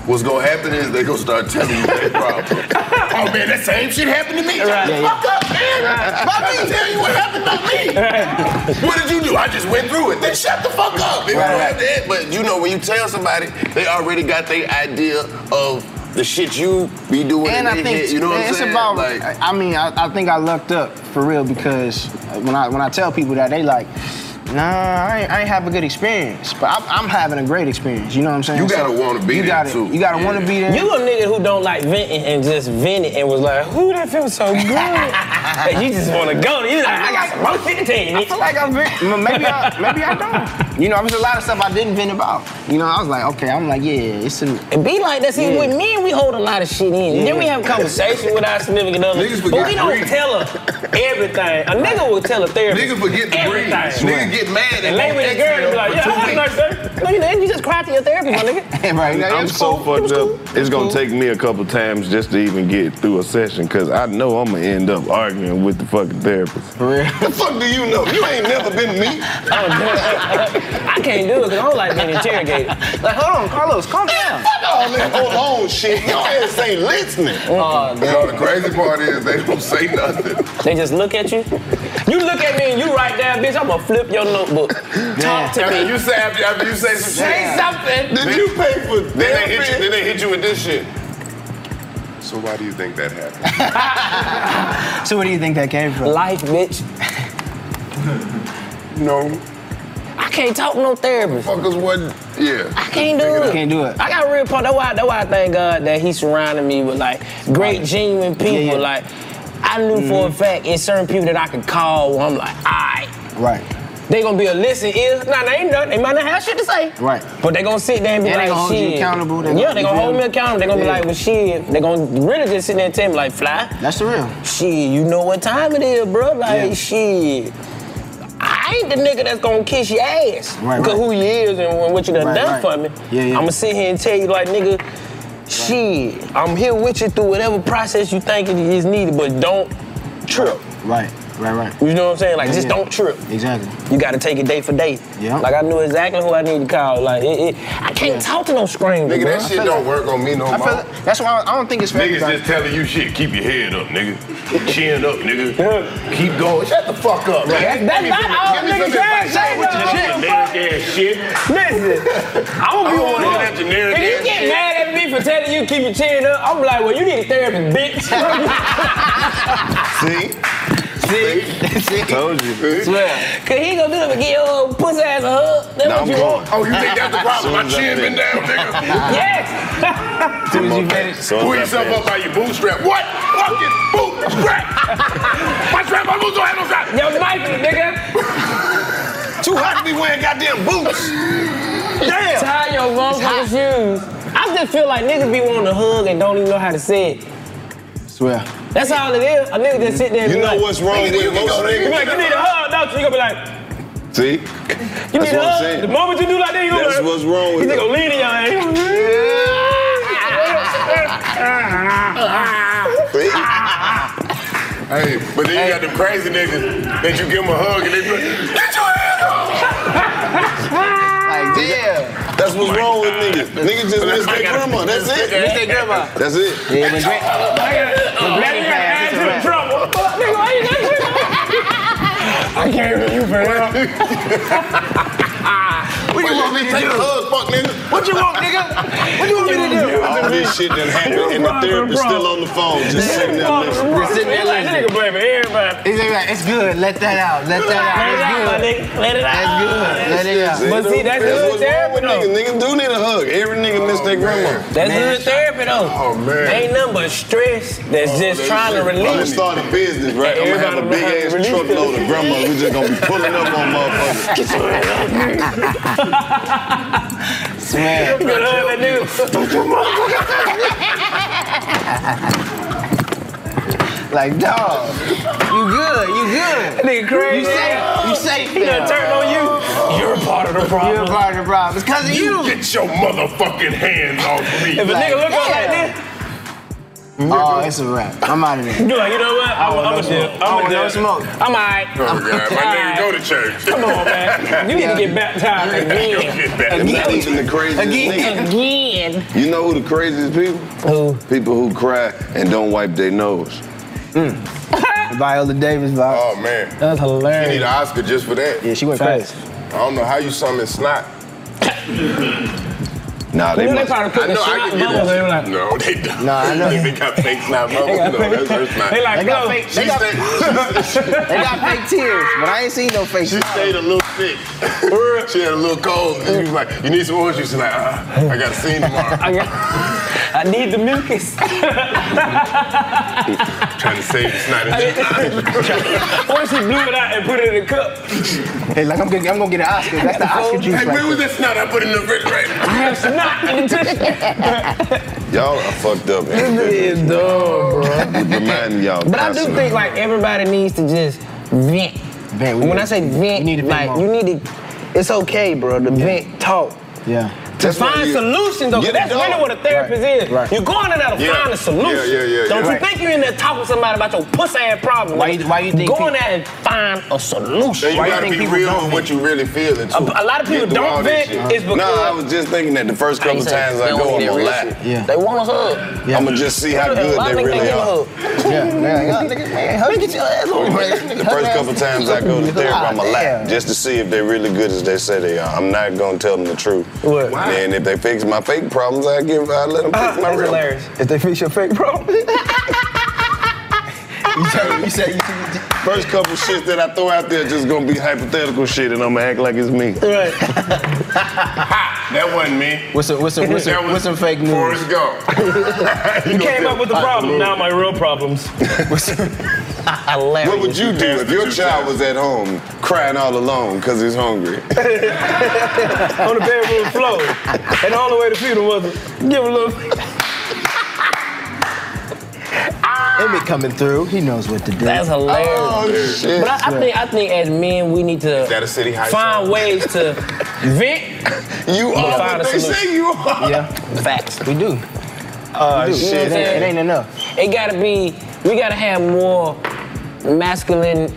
what's gonna happen is they gonna start telling you their problem. oh man, that same shit happened to me. Right. Yeah, Fuck up, man. Why me tell you what happened to me? what did you do? I just went through it. Then shut the fuck up. If you don't have that, but you know when you tell somebody, they already got their idea of the shit you be doing. and in I their think head, you know what I'm it's saying? about. Like- I I mean, I, I think I lucked up for real because when I when I tell people that they like, nah, I ain't, I ain't have a good experience, but I'm, I'm having a great experience. You know what I'm saying? You gotta wanna be you there, gotta, too. You gotta want to be there. You a nigga who don't like venting and just vented and was like, who that feels so good? And you just wanna go. You like, I got some more shit to tell you. I feel like I'm venting. Maybe I, maybe I don't. You know, there was a lot of stuff I didn't vent about. You know, I was like, okay, I'm like, yeah, it's a. It be like that. See, with men, we hold a lot of shit in. Then we have conversation with our significant other. Niggas but we forget don't breathe. tell her everything. A nigga will tell a therapist. Niggas forget to breathe. everything. Niggas get mad at And lay with a both girl and be like, exes yeah, for I had two weeks. a nice day. No, you didn't. You just cried to your therapist, my nigga. right, now, I'm it's so cool. fucked up. It's gonna take me a couple times just to even get through a session, cause I know I'm gonna end up arguing with the fucking therapist. For real. The fuck do you know? You ain't never been me. I can't do it because I don't like being interrogated. Like, hold on, Carlos, calm down. Fuck all that hold on shit. Your ass ain't listening. No, the crazy part is they don't say nothing. Uh, They just look at you. You look at me and you write down, bitch, I'm gonna flip your notebook. Talk to me. You say after, after you say some Say shit. something. Then- Did you pay for therapy? Then they, hit you, then they hit you with this shit. So why do you think that happened? So where do you think that came from? Life, bitch. No. I can't talk to no therapist. Fuckers wasn't. Yeah. I can't do it. Can't do it. I got real part. That's why, that's why I thank God that He surrounded me with like great, genuine people. Yeah, Mm-hmm. yeah. Like I knew for a fact it's certain people that I could call. Where I'm like, all right, Right, they gonna be a listen ear. Nah, they ain't nothing. They might not have shit to say. right. But they gonna sit there and be And they like, gonna hold you shit. accountable. They yeah, gonna- they gonna hold me accountable. They gonna be Yeah. like, well, shit. They gonna really just sit there and tell me like, fly. That's the real. Shit, you know what time it is, bro. Like, shit. I ain't the nigga that's gonna kiss your ass. Right, Because right. who you is and what you done Right, done right. for me. Yeah, yeah. I'ma sit here and tell you, like, nigga, shit, I'm here with you through whatever process you think it is needed, but don't trip. Right, right, right. You know what I'm saying? Like, Yeah, just yeah. don't trip. Exactly. You gotta take it day for day. Yeah. Like I knew exactly who I needed to call. Like it, it, I can't talk to no stranger. Nigga, bro. that shit don't work on me no I more. feel it. That's why I don't think it's for Niggas everybody. just telling you shit. Keep your head up, nigga. Chin up, nigga. Keep going. Shut the fuck up, man. That's not all Give me niggas some advice. say, Shut with your nigga. generic ass shit. Listen, I'm gonna be on I don't wanna hear that generic If you ass get shit. mad at me for telling you keep your chin up, I'm like, well, you need a therapist, bitch. See? See? See? Told you. Cause he gonna do that and give your old pussy ass a hug. That's Now what I'm you going. want. Oh, you think that's the problem? My Soon as I chin been finish. down, nigga. Yes. Soon as you finish. Pull yourself up by your bootstrap. What? Fucking bootstrap! my strap, my boots don't have no strap. Yo, Mikey, nigga. Too hot to be wearing goddamn boots. Damn. Tie your motherfucking shoes. I'm just just feel like niggas be wanting to hug and don't even know how to say it. Swear. That's all it is. A nigga just sit there. And You be know like, what's wrong "Nigga, with you can most go- niggas? You be like, you need a hug, don't you? You gonna be like, See? you That's need a what I'm hug. saying. The moment you do like that, you gonna. That's what's wrong with You gonna them. lean in your Hey, but then you got them crazy niggas that you give them a hug and they be like, get your ass up! like, damn. That's what's wrong with niggas. Niggas just miss their grandma. That's it. Miss their grandma. That's it. Yeah, but gra- but granny passed, it's a wrap. I can't hear you, What you want me to Take do? a hug, fuck nigga. What you want, nigga? What you want me to do? All this shit done happened and the therapist still on the phone just sitting there listening. Just sitting there listening. He's like, it's good. Let that out. Let that out. It's good. Let it That's good. Let it out. But see, that's good therapy though. Niggas do need a hug. Every nigga miss their grandma. That's good therapy though. Oh man. Ain't nothing but stress that's Oh, just they trying to just- release. I'm gonna start a business, right? I'm gonna have a big ass truckload of grandmas. We just gonna be pulling up on motherfuckers. Swear. You gonna hug Like, dog, you good, you good. nigga crazy. You safe, you safe. He done now. turned on you. You're a part of the problem. You're a part of the problem. It's because of you. Get your motherfucking hands off me. If a nigga look up like yeah. this, Oh, it's a wrap. I'm out of there. you like, you know what? I'm want I'm no a deal. smoke. I I'm a want no deal. smoke. I'm alright. Oh, God, my nigga go to church. Come on, man. You need to get baptized again. Not even the craziest Again. niggas. Again. You know who the craziest people? Who? People who cry and don't wipe their nose. Mm. Viola Davis vibe. Oh man. That's hilarious. You need an Oscar just for that. Yeah, she went Facts. crazy. I don't know how you summon snot. Nah, they You know they must. probably put I know the I snot can get bubbles, that. they were like- no, they don't. Nah, I know. they got fake snot bubbles. got No, fake- that's her snot. They like, They got no. fake. They got, they got fake tears, but I ain't seen no fake. She stayed a little sick. she had a little cold. And she was like, you need some orange juice? She's like, uh, I got a scene tomorrow. I, got- I need the mucus. Trying to save the snot. Once he blew it out and put it in a cup. Hey, like I'm gonna, I'm gonna get an Oscar. That's the Oscar juice. Hey, right where was that snot I put in the refrigerator? I have snot in the tissue. Y'all are fucked up, man. This nigga is dumb, bro. Reminding y'all. But I do constantly. think like everybody needs to just vent. Vent, we when need- I say vent, need to like vent more. you need to. It's okay, bro, to vent, talk. Yeah. To That's why find you- solutions, though, 'cause Get it that's done. really what a therapist is. right. You're going in there to Yeah. find a solution. Yeah, yeah, yeah, Don't you yeah. Right. think you're in there talking to somebody about your puss ass problem? Why you- why you think Go in peop- there and find a solution. Then you Why you gotta think be people real don't with what you really feeling. Too. A- a lot of people Get through don't all that vent shit. is because- Nah, I was just thinking that the first How you couple say? times They I don't go, want I'm that gonna real lie. shit. Yeah. They want us up. I'ma just see how A good lot they of niggas really give a are. hug. Yeah, man, y'all niggas, man, hurry, get your ass over here. The first couple times I go to therapy, I'm a Goddamn. laugh just to see if they're really good as they say they are. I'm not gonna tell them the truth. What? And Then if they fix my fake problems, I give, I let them fix Ah, my that's real. hilarious. If they fix your fake problem. you say, you say, you say, First couple shit that I throw out there just gonna be hypothetical shit, and I'ma act like it's me. Right. That wasn't me. what's some, what's some, what's That some, was what's some fake news? Forrest Gump. You came up with the problem, now my real problems. Hilarious. What would you do if your child was at home crying all alone because he's hungry? on the bedroom floor. And the only way to feed him was to give a little. It be coming through. He knows what to do. That's hilarious. Oh, shit. But I, I think I think as men we need to that a city high find ways to vent. You But are find what a they solution. say you are. yeah, Facts. we do. Oh, We do. shit. It, ain't, it ain't enough. It gotta be. We gotta have more masculine,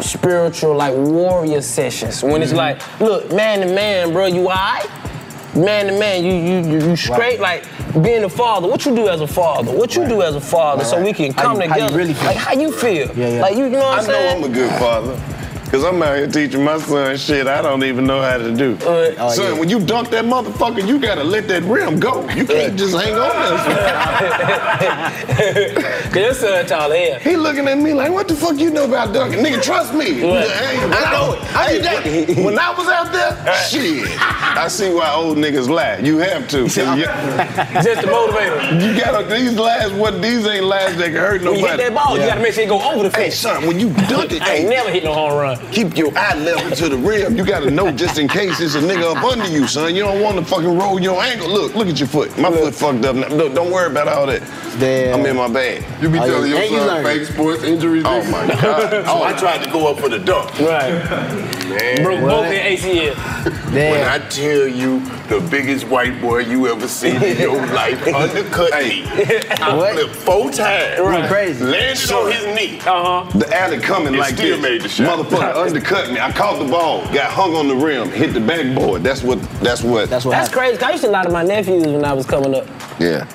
spiritual, like warrior sessions. When it's Mm-hmm. like, look, man to man, bro, you alright? Man to man, you you you, you straight. Like being a father, what you do as a father? What you do as a father? So we can How come you- how you together. really feel. Like how you feel? Yeah, yeah. Like you, you know what I I'm know I'm saying? a good father. Cause I'm out here teaching my son shit I don't even know how to Uh, do. Oh, son, yeah. when you dunk that motherfucker, you gotta let that rim go. You can't just hang on there. Cause your son tall as hell. He looking at me like, what the fuck you know about dunking? Nigga, trust me. Hey, I know it. I did that. When I was out there, shit. I see why old niggas lie. You have to. 'cause You, Just to motivate him. you gotta, these lies, what these ain't lies that can hurt When nobody. you hit that ball, you gotta make sure it go over the Hey, fence. son, when you dunk it, I ain't hey, never hit no home run. Keep your eye level to the rim. You gotta know just in case it's a nigga up under you, son. You don't want to fucking roll your ankle. Look, look at your foot. My foot fucked up. Now. Look, don't worry about all that. I'm in my bag. Oh, You be telling your son fake sports injuries. Oh my god! Oh, I tried to go up for the dunk. Right. Man, Broke both what? their ACL. When I tell you the biggest white boy you ever seen in your life undercut me, I What? flipped four times. Right. Crazy. Landed on Sure. his knee. Uh-huh. The alley coming And like still this. made the shot. Motherfucker undercut me. I caught the ball, got hung on the rim, hit the backboard. That's what. That's what. That's That's crazy. 'cause I used to lie to my nephews when I was coming up. Yeah.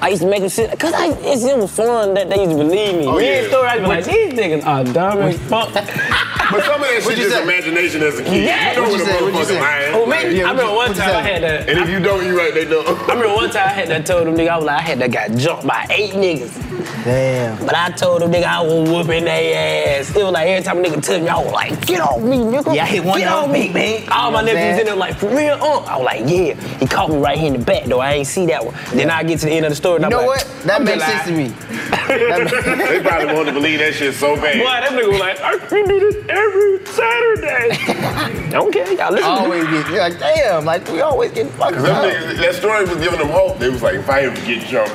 I used to make them sit, cause I, it's, it was fun that they used to believe me. Oh, Real yeah. story, I'd be like, these niggas are dumb as fuck. But some of that shit is imagination as a kid. Yeah. You know What you when a say? What you motherfucker say? lying. Oh, man, I remember what one you- time I what you had say? that- And if you don't, you right, they know. I remember one time I had that told them nigga, I was like, I had that got jumped by eight niggas. Damn. But I told them nigga I was whooping their ass. It was like every time a nigga touched me, I was like, get off me, nigga. Yeah, I hit one Get of off them me, big, man. man. All my You know what I'm nephews in saying? there like, for real, um. I was like, yeah. He caught me right here in the back though. I ain't see that one. Then I get to the end of the story. and You I'm know like, what? That I'm makes just sense to lying. me. they probably wanted to believe that shit so bad. Boy, that nigga was like, I we do this every Saturday. don't care, y'all listen. Always get, you're like, damn, like we always get fucked Cause them niggas, that story was giving them hope. They was like, if I ever get jumped,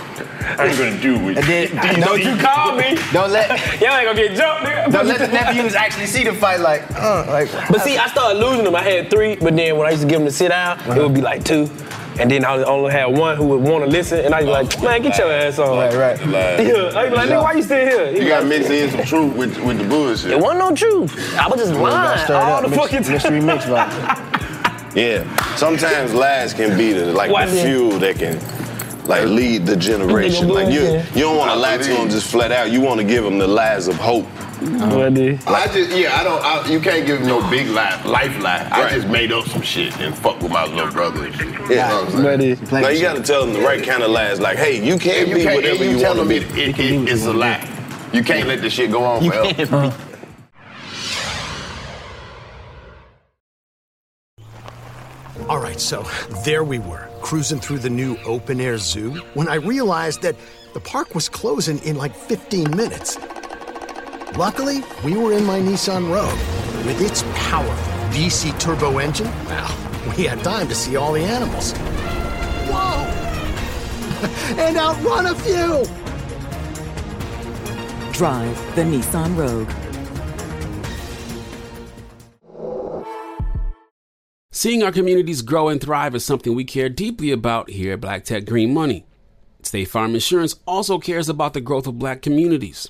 I ain't gonna do it. And then Don't you call me. Don't let y'all ain't gonna get jumped, nigga. don't let the nephews actually see the fight like, uh, like. But see, I started losing them. I had three, but then when I used to give them to sit down, it would be like two. And then I only had one who would want to listen, and I'd be like, man, get your ass on. Right, right. Yeah, I'd be like, nigga, why you still here? He You gotta like, mix in some truth with, with the bullshit. It wasn't no truth. I was just lying all the fucking time. mix Yeah. Sometimes lies can be the like Why the did- fuel that can like lead the generation. Like you, you don't want to lie to them just flat out. You want to give them the lies of hope. I just yeah, I don't. I, you can't give him no big lie, life lie. I just made up some shit and fuck with my little brother and shit. You know what I'm saying? Now you gotta tell them the right kind of lies. Like, hey, you can't Yeah, be can't- whatever yeah, you, tell want to them be. It, it, it, it's a lie. You can't let this shit go on You forever. can't. All right, so there we were, cruising through the new open air zoo when I realized that the park was closing in like 15 minutes. Luckily, we were in my Nissan Rogue. With its powerful VC turbo engine, well, we had time to see all the animals. Whoa! and outrun a few! Drive the Nissan Rogue. Seeing our communities grow and thrive is something we care deeply about here at Black Tech Green Money. State Farm Insurance also cares about the growth of black communities.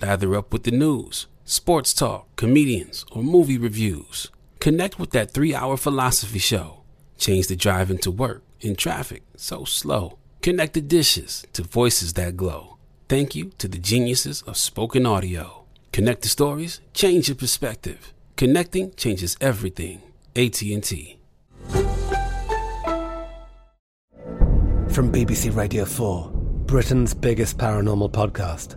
Lather up with the news, sports talk, comedians, or movie reviews. Connect with that three hour philosophy show. Change the drive into work in traffic so slow. Connect the dishes to voices that glow. Thank you to the geniuses of spoken audio. Connect the stories, change your perspective. Connecting changes everything. AT&T. From BBC Radio 4, Britain's biggest paranormal podcast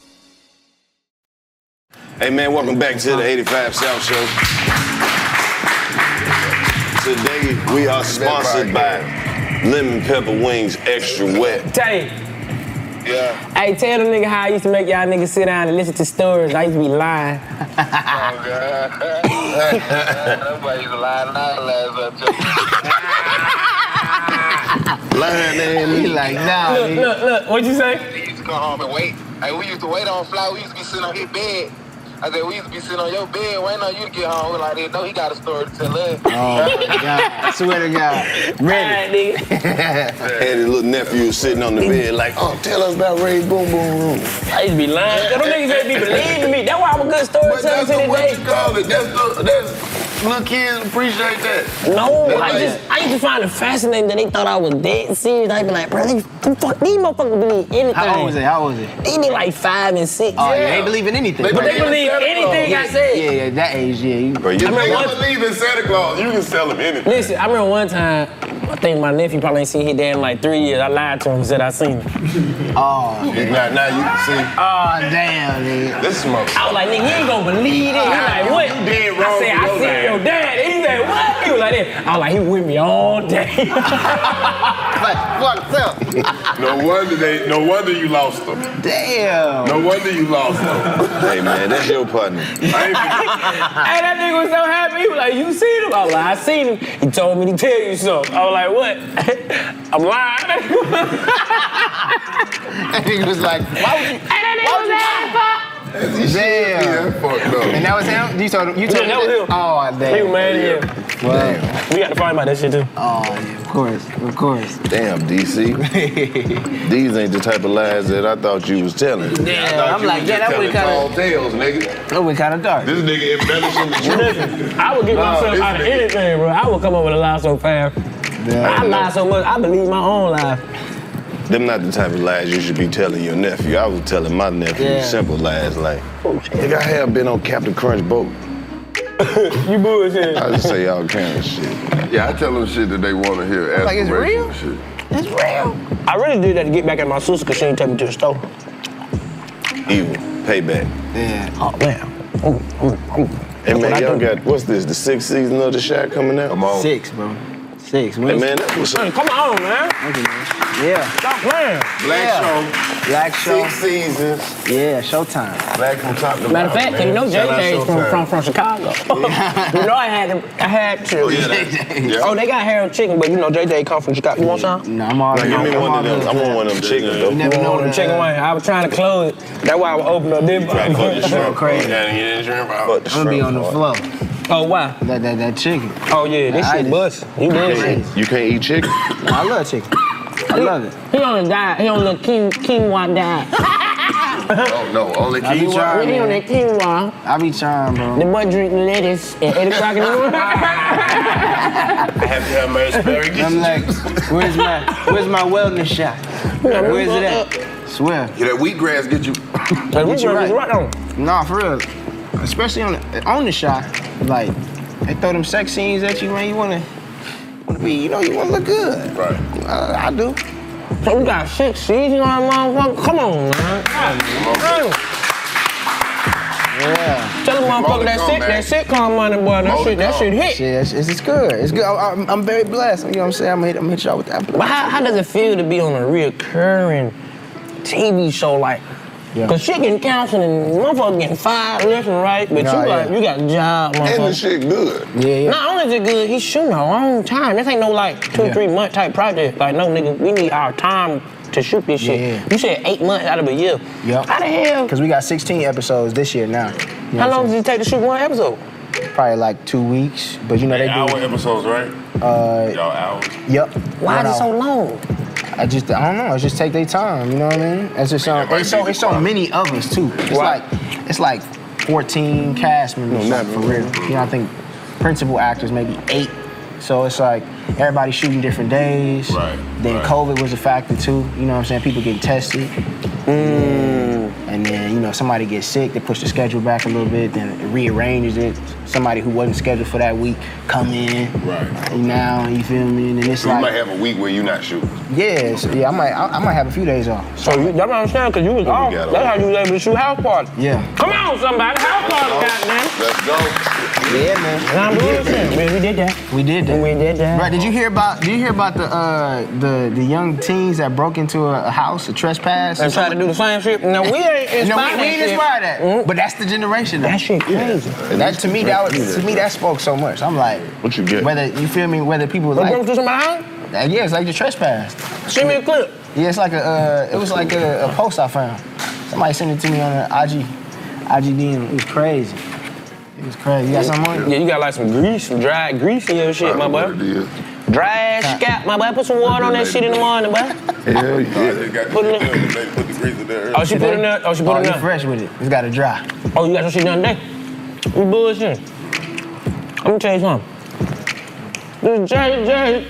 Hey man, welcome back to the 85 South Show. Today we are sponsored by Lemon Pepper Wings Extra Wet. Tay. Yeah. Hey, tell the nigga how I used to make y'all niggas sit down and listen to stories. I used to be lying. Oh, Nobody used to lie to Lying man, he like nah. Look, nigga. look, look. What'd you say? We used to go home and wait. Like we used to wait on fly. We used to be sitting on his bed. I said we used to be sitting on your bed waiting on you to get home. We like they know he got a story to tell us. Oh, my God. I swear to God. Ready. Had his little nephew sitting on the bed like, oh, tell us about Ray Boom Boom Room. Mm. I used to be lying. Them niggas ain't be believing me. That's why I'm a good But storyteller that's to the, this what day. you call it. That's the, that's, little kids appreciate that. No, They I like- just I used to find it fascinating that they thought I was dead serious. I'd be like, bro, these, them fuck, these motherfuckers believe anything. How old was they? How old was They they? be like five and six. Oh, yeah, they believe in anything. But they believe anything I said. Yeah, yeah, that age, yeah. you- Bro, you niggas believe in Santa Claus. You can sell him anything. Listen, I remember one time, I think my nephew probably ain't seen his dad in like three years. I lied to him and said I seen him. Oh. Now, now you can see. Oh, damn, nigga. This smoke. I was like, nigga, you ain't gonna believe it. He like, what? You did wrong I said, to I your seen dad." your dad. He said, what? He was like that. I was like, he with me all day. No wonder they. No wonder you lost them. Damn. No wonder you lost them. hey man, that's your partner. hey, that nigga was so happy. He was like, you seen him? I was like, I seen him. He told me to tell you something. I was like, what? I'm lying. That nigga was like, why would you? Hey, that nigga was ass, Damn. And that was him? You told him? You told Yeah, that was him. Oh, damn. He was mad at him. Wow. We got to find out that shit too. Oh, of course, of course. Damn, DC. These ain't the type of lies that I thought you was telling. Yeah, I thought I'm you like, was yeah, just that would've telling kinda- tall tales, nigga. That went kind of dark. This nigga embellishing the truth. I would get Nah, myself this out of nigga- anything, bro. I would come up with a lie so fast. I lie so much, I believe my own lie. Them not the type of lies you should be telling your nephew. I was telling my nephew Yeah. simple lies like, nigga, I have been on Captain Crunch boat. you bullshit. I just say all kind of shit. Yeah, I tell them shit that they want to hear. Like, it's aspirational real? Shit. That's real. I really did that to get back at my sister because she didn't take me to the store. Evil. Payback. Yeah. Oh, man. Hey man, y'all got what's this? The sixth season of the Shack coming out? Come on. Six, bro. Six. Hey man, that was Hey, come on, man. Yeah. Stop playing. Black show. Black show. Six seasons. Yeah, Showtime. Black from top to Matter of fact, you know JJ is from, from, from Chicago. you know I had him. I had to. Oh, yeah, that- yeah. Oh, they got Harold Chicken, but you know JJ come from Chicago. You want some? No, I'm all Nah, give me one of them. I want one of them chicken though. You never know them chicken wings. I was trying to close it. That's why I was opening up this Right, fuck the box. shrimp. Crazy. Gotta get in the shrimp out. Fuck the I'm gonna be shrimp on the part. floor. Oh, why? That, that, that chicken. Oh, yeah, this I shit just- bust. You Hey, did You can't eat chicken? I love chicken. I love it. He on a diet. He on a king, quinoa diet. Oh no, only I be King trying, Charlie. he on man. that quinoa. I be trying, bro. The boy drink lettuce at 8 o'clock in the morning. I have to have my asparagus. I'm like, where's my where's my wellness shot? Where's it at? Swear. Yeah, that wheatgrass get you. Get you Nah, for real. Especially on the, on the shot, like they throw them sex scenes at you, man. You wanna wanna be, you know, you wanna look good. Uh, Right. I, I do. So we got six seasons on motherfucker. Come on, man. Yeah. Tell the motherfucker that sick, that sitcom money, boy. That shit, that shit hit. Shit, that's- it's, it's good. It's good. I, am I'm very blessed. You know what I'm saying? I'm gonna hit, I'm gonna hit y'all with that. But how, how does it feel to be on a reoccurring TV show? Like, Yeah. Cause shit getting counseling and motherfucker getting fired left and right, but Nah, you yeah. like you got a job, motherfucker. And the shit good. Yeah, yeah. Not only is it good, he's shooting a long time. This ain't no like two, Yeah. three month type project. Like no nigga, we need our time to shoot this shit. Yeah. You said eight months out of a year. Yep. How the hell? Because we got 16 episodes this year now. Oh. How long does it take to shoot one episode? Probably like two weeks, but you know they, Eight hour do. episodes, right? Uh, Y'all hours. Yep. Why One is it so hour. long? I just I don't know. I just take their time. You know what I mean? It's just um, it's so it's so many of us too. It's like it's like 14 cast members No, like, not for real. really. You know I think principal actors maybe eight. So it's like everybody shooting different days. Right. Then right. COVID was a factor too. You know what I'm saying? People getting tested. Mm. And then you know somebody gets sick. They push the schedule back a little bit. Then it rearranges it. Somebody who wasn't scheduled for that week come in. Right. Now you feel me? And then it's You like might have a week where you not shooting. yeah, so, yeah, I might, I, I might have a few days off. So you, that's what I'm saying, cause you was off. got That's how you was able to shoot house party. Yeah. Come on, somebody, house party, goddamn. Oh, Let's go. Yeah, man. Nah, bullshit. Man, we did that. We did that. We did that. Right? Did you hear about? Did you hear about the uh, the the young teens that broke into a, a house, a trespass, And tried to do the same shit. No, we ain't no, we, inspired we that ain't shit. Mm-hmm. inspired that. But that's the generation. Though. That shit crazy. That to me, that was to me that spoke so much. I'm like, what you get? Whether you feel me, whether people They like broke through somebody's house? Uh, yeah, it's like the trespass. Send me a clip. Yeah, it's like a. Uh, it was like a, a post I found. Somebody sent it to me on an IG, IG DM. It was crazy. It was crazy. You got something on it? Yeah, you got like some grease, some dried grease in your shit, my boy. Dry ass scalp, my boy. Put some water on that shit in the morning, boy. Hell yeah. Put it in. Put the grease in there. Oh, she put it in there. Oh, she put it in you there. fresh with it. It's got to dry. Oh, you got your shit done today? You bullshitting. Let me tell you something. This Jerry, Jerry.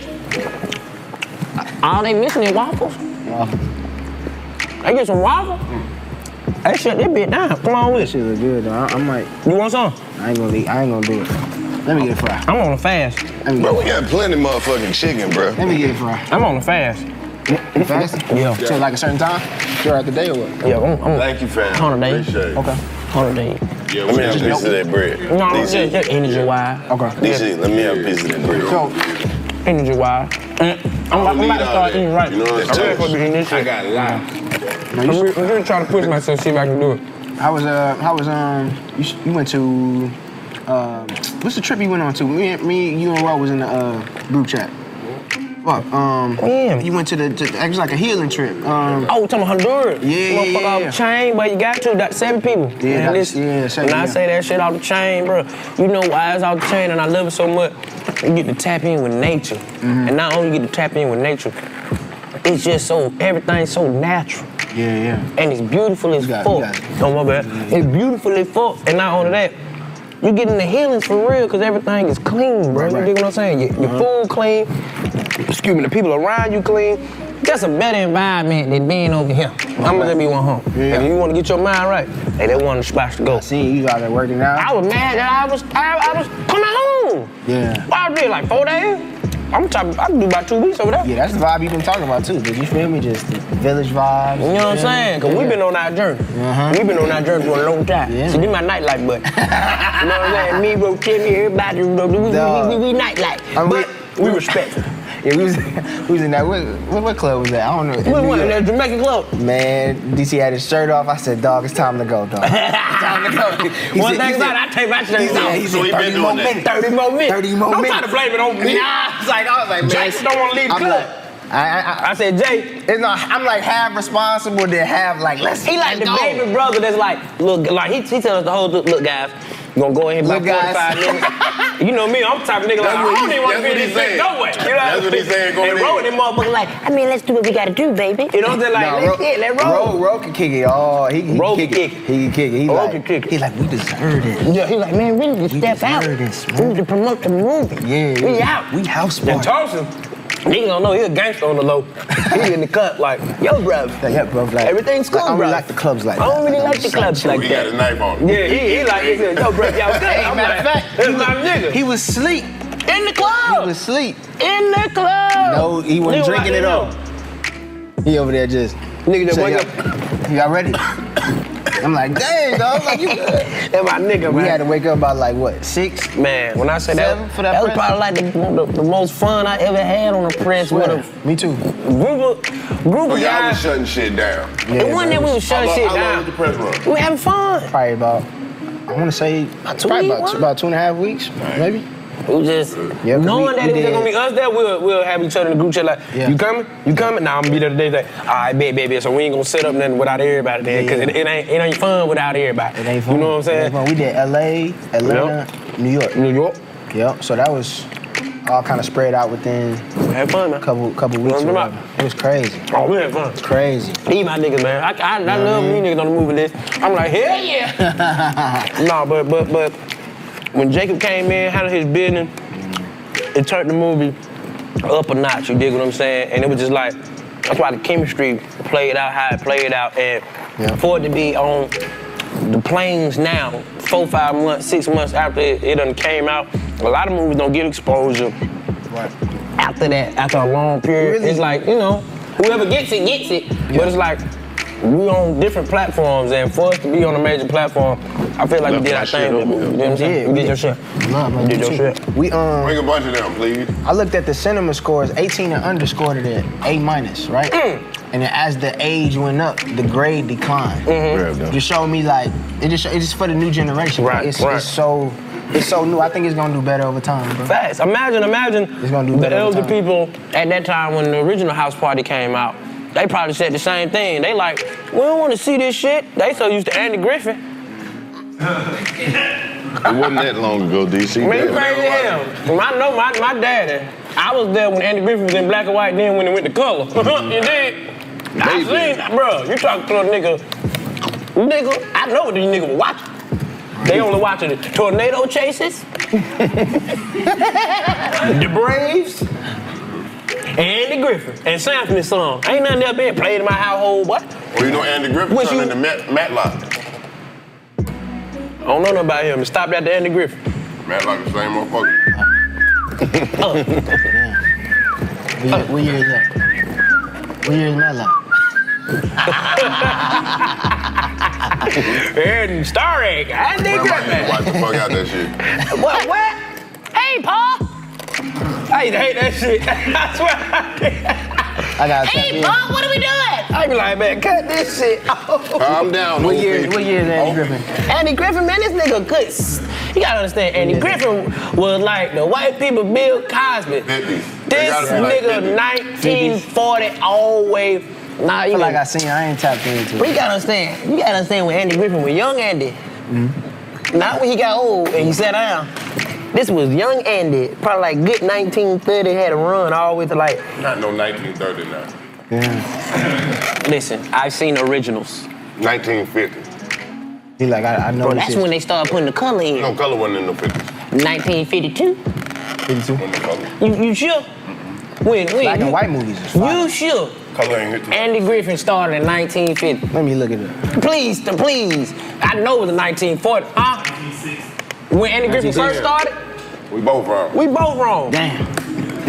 All they missing is waffles. They get some waffle. That shit, they bit down. Come on with it. Shit look good though. I, I might. You want some? I ain't gonna. Leave, I ain't gonna do it. Let me get a fry. I'm on a fast. Bro, we got plenty motherfucking chicken, bro. Let me get a fry. I'm on a fast. You fast? Yeah. Till like a certain time? Throughout the day or what? Yeah, I'm, I'm Thank you, fam. Hundred days. Appreciate it. Okay. Hundred days. Yeah, let me have a piece of that bread. No, I'm DC, just, just energy wise. Okay. DC, let me have a piece of that bread. So, energy wise. I'm, I'm about to start eating right. Oh, You know what I'm I'm really saying? supposed to be eating this shit. I got a lot. I'm really, I'm really trying to push myself, see if I can do it. How was uh? How was um? You, sh- you went to um? What's the trip you went on to? Me, and- me, you and Rob was in the uh, group chat. What? Um. You went to the. To, it was like a healing trip. Um. Oh, talking about Honduras. Yeah, yeah, Motherfucker yeah, off yeah. the chain, um, but you got to. That seven Yeah, people. Man, that- this- yeah, seven, When I yeah. say that shit off the chain, bro, you know why it's off the chain, and I love it so much. You get to tap in with nature, Mm-hmm. and not only you get to tap in with nature, it's just so everything's so natural. Yeah, yeah. And it's beautiful as got it, you fuck. got it. No, my bad. It's beautiful as fuck, and not only that, you getting the healings for real, cause everything is clean, bro. You dig what I'm saying? Your, your Uh-huh. food clean, excuse me, the people around you clean. That's a better environment than being over here. I'm gonna be one home. If you wanna get your mind right, hey, that one spot to go. I see you out there working out. I was mad that I was, I, I was coming home. Yeah. Well, I did like four days. I'm talking, I can do about two weeks over there. Yeah, that's the vibe you've been talking about too. Did you feel me? Just the village vibes. You know what I'm saying? Cause we've been on our journey. Uh-huh. We've been on our journey for a long time. See, this my nightlife, but you know what I'm saying? Me, bro, Timmy, everybody, bro, we, Dog. we, we, we, we nightlife. but we respectful. Yeah, we was, we was in that. What, what, what club was that? I don't know. We New went in York. that Jamaican club. Man, DC had his shirt off. I said, dog, it's time to go, dog. time to go. One thing about it, I take my he shirts said- off. he said 30 more minutes. 30 more minutes. 30 more Don't minutes. try to blame it on me. Nah, it's like, I was like, man. Jason don't want to leave the I'm club. like, I, I, I, said, Jay. It's not, I'm like half responsible, then half like, let's he let's like the go. baby brother that's like, look, like he, he tell us the whole look, look guys, you gonna go in here about Look, guys. 45 minutes. you know me, I'm the type of nigga like, That's I what don't he- even want to that's be in what he this bitch said. no way. You know That's what he said going And in. roll with them motherfuckers like, I mean, let's do what we gotta do, baby. You know what I'm saying? Like, Nah, let's Ro- get, let roll. Ro, Ro can kick it. Oh, he, he Ro can kick, can it. He can kick it. He Ro like, can kick He like, we deserve it. Yeah, he like, man, we need to step out. This, We man. need to promote the movie. Yeah, yeah. We out. We house And party. Thompson, nigga don't know he a gangster on the low. he in the cut like, yo, bro. Like, yeah, bro. Like, Everything's cool, like, I don't bro. like the clubs like I don't that. really I'm like the just clubs like He that. got a knife on him. Yeah, he, he like, he said, yo, bro, y'all good. Hey, I'm matter of like, fact, that's he my was- nigga. He was asleep. in the club. He was asleep. in the club. No, he wasn't Nigga, drinking why- at all. He over there just. Nigga, just Say, wake "Yo, up. Y'all ready? I'm like, dang, dog. Like, you good. That my nigga, We had to wake up by like, what, six? Man, when I say Seven that, for that was press? probably like the, the, the most fun I ever had on a press with a Me too. group of group Oh, of y'all was guys. shutting shit down. Yeah, It wasn't bro. that we was shutting How long- shit how long down. was the press run? We having fun. Probably about, I want to say, two probably week about one? two, about two and a half weeks, maybe. It was just yeah, 'cause we- Knowing that we it was did- gonna be us there, we'll, we'll have each other in the group chat like, you coming? You coming? Nah, I'm gonna be there today. Like, all right, bet, bet, bet. So we ain't gonna set up nothing without everybody there, because it, it, ain't, it ain't fun without everybody. It ain't fun. You know what I'm saying? We did LA, Atlanta, New York. New York. Yep. So that was all kind of spread out within fun, couple couple weeks. or Remember whatever. It was crazy. Oh, we had fun. It's crazy. These my niggas, man. I, I, I love these niggas on the movie list. I'm like, hell yeah. nah, but but but when Jacob came in, handled his business, it turned the movie up a notch. You dig what I'm saying? And it was just like that's why the chemistry played out how it played out, and for it to be on the planes now, four, five months, six months after it, it done came out, a lot of movies don't get exposure after that, after a long period, it's like, you know, whoever gets it, gets it. But it's like, we on different platforms, and for us to be on a major platform, I feel like we did our thing. with it, You know what I'm saying? We did your shit. Nah, man, You did me your too. shit. We um. Bring a bunch of them, please. I looked at the cinema scores. 18 and under scored it at A minus, right? Mm. And then as the age went up, the grade declined. Mm-hmm. Just showed me like it just it's just for the new generation. Right, it's, right. it's so it's so new. I think it's gonna do better over time, bro. Facts. Imagine, imagine the better over elder time. people at that time when the original house party came out. They probably said the same thing. They like, we don't want to see this shit. They so used to Andy Griffin. It wasn't that long ago, DC. Man, you crazy as hell. When I know my, my daddy, I was there when Andy Griffith was in black and white, then when it went to color. you did? I seen, bro, you talking to a nigga, nigga, I know what these niggas were watching. They only watching the tornado chases, the Braves, Andy Griffith, and Sam Smith song. Ain't nothing that been played in my household, what? Well, you know Andy Griffith What turned you- into Matt, Matlock. I don't know nothing about him. Stop that to Andy Griffith. Uh. Matlock the same motherfucker. What year- What year is that? What year is my life? and starring Andy Griffith. Watch the fuck out that shit. what? What? Hey, Paul. I used to hate that shit. I swear. I did. I got. Hey, Paul, what are we doing? I be like, man, cut this shit. off. Calm down, Oh. What old year? people. What year is Andy Griffin? Andy Griffin, man, this nigga good. s- You gotta understand, Andy Griffin was like the white people Bill Cosby. This gotta be like nigga 1940 always. Nah, you feel like know. I seen. I ain't tapped into. But you it. gotta understand, you gotta understand when Andy Griffin was young Andy. Mm-hmm. Not when he got old and he sat down. This was young Andy, probably like good 1930, had a run all the way to like, Not no 1939. Listen, I've seen originals. 1950. He like I, I know bro, this that's is- when they started putting the color in. No color wasn't in the 1952. 50s. 52. Wasn't no color. You, you sure? When, when? Black you, and white movies. is fire. You sure? Color ain't hit the Andy Griffin started in 1950. Let me look at it. Please, th- please. I know it was in 1940. Huh? Uh, When Andy Griffin first 1960. started, We both wrong. we both wrong. Damn.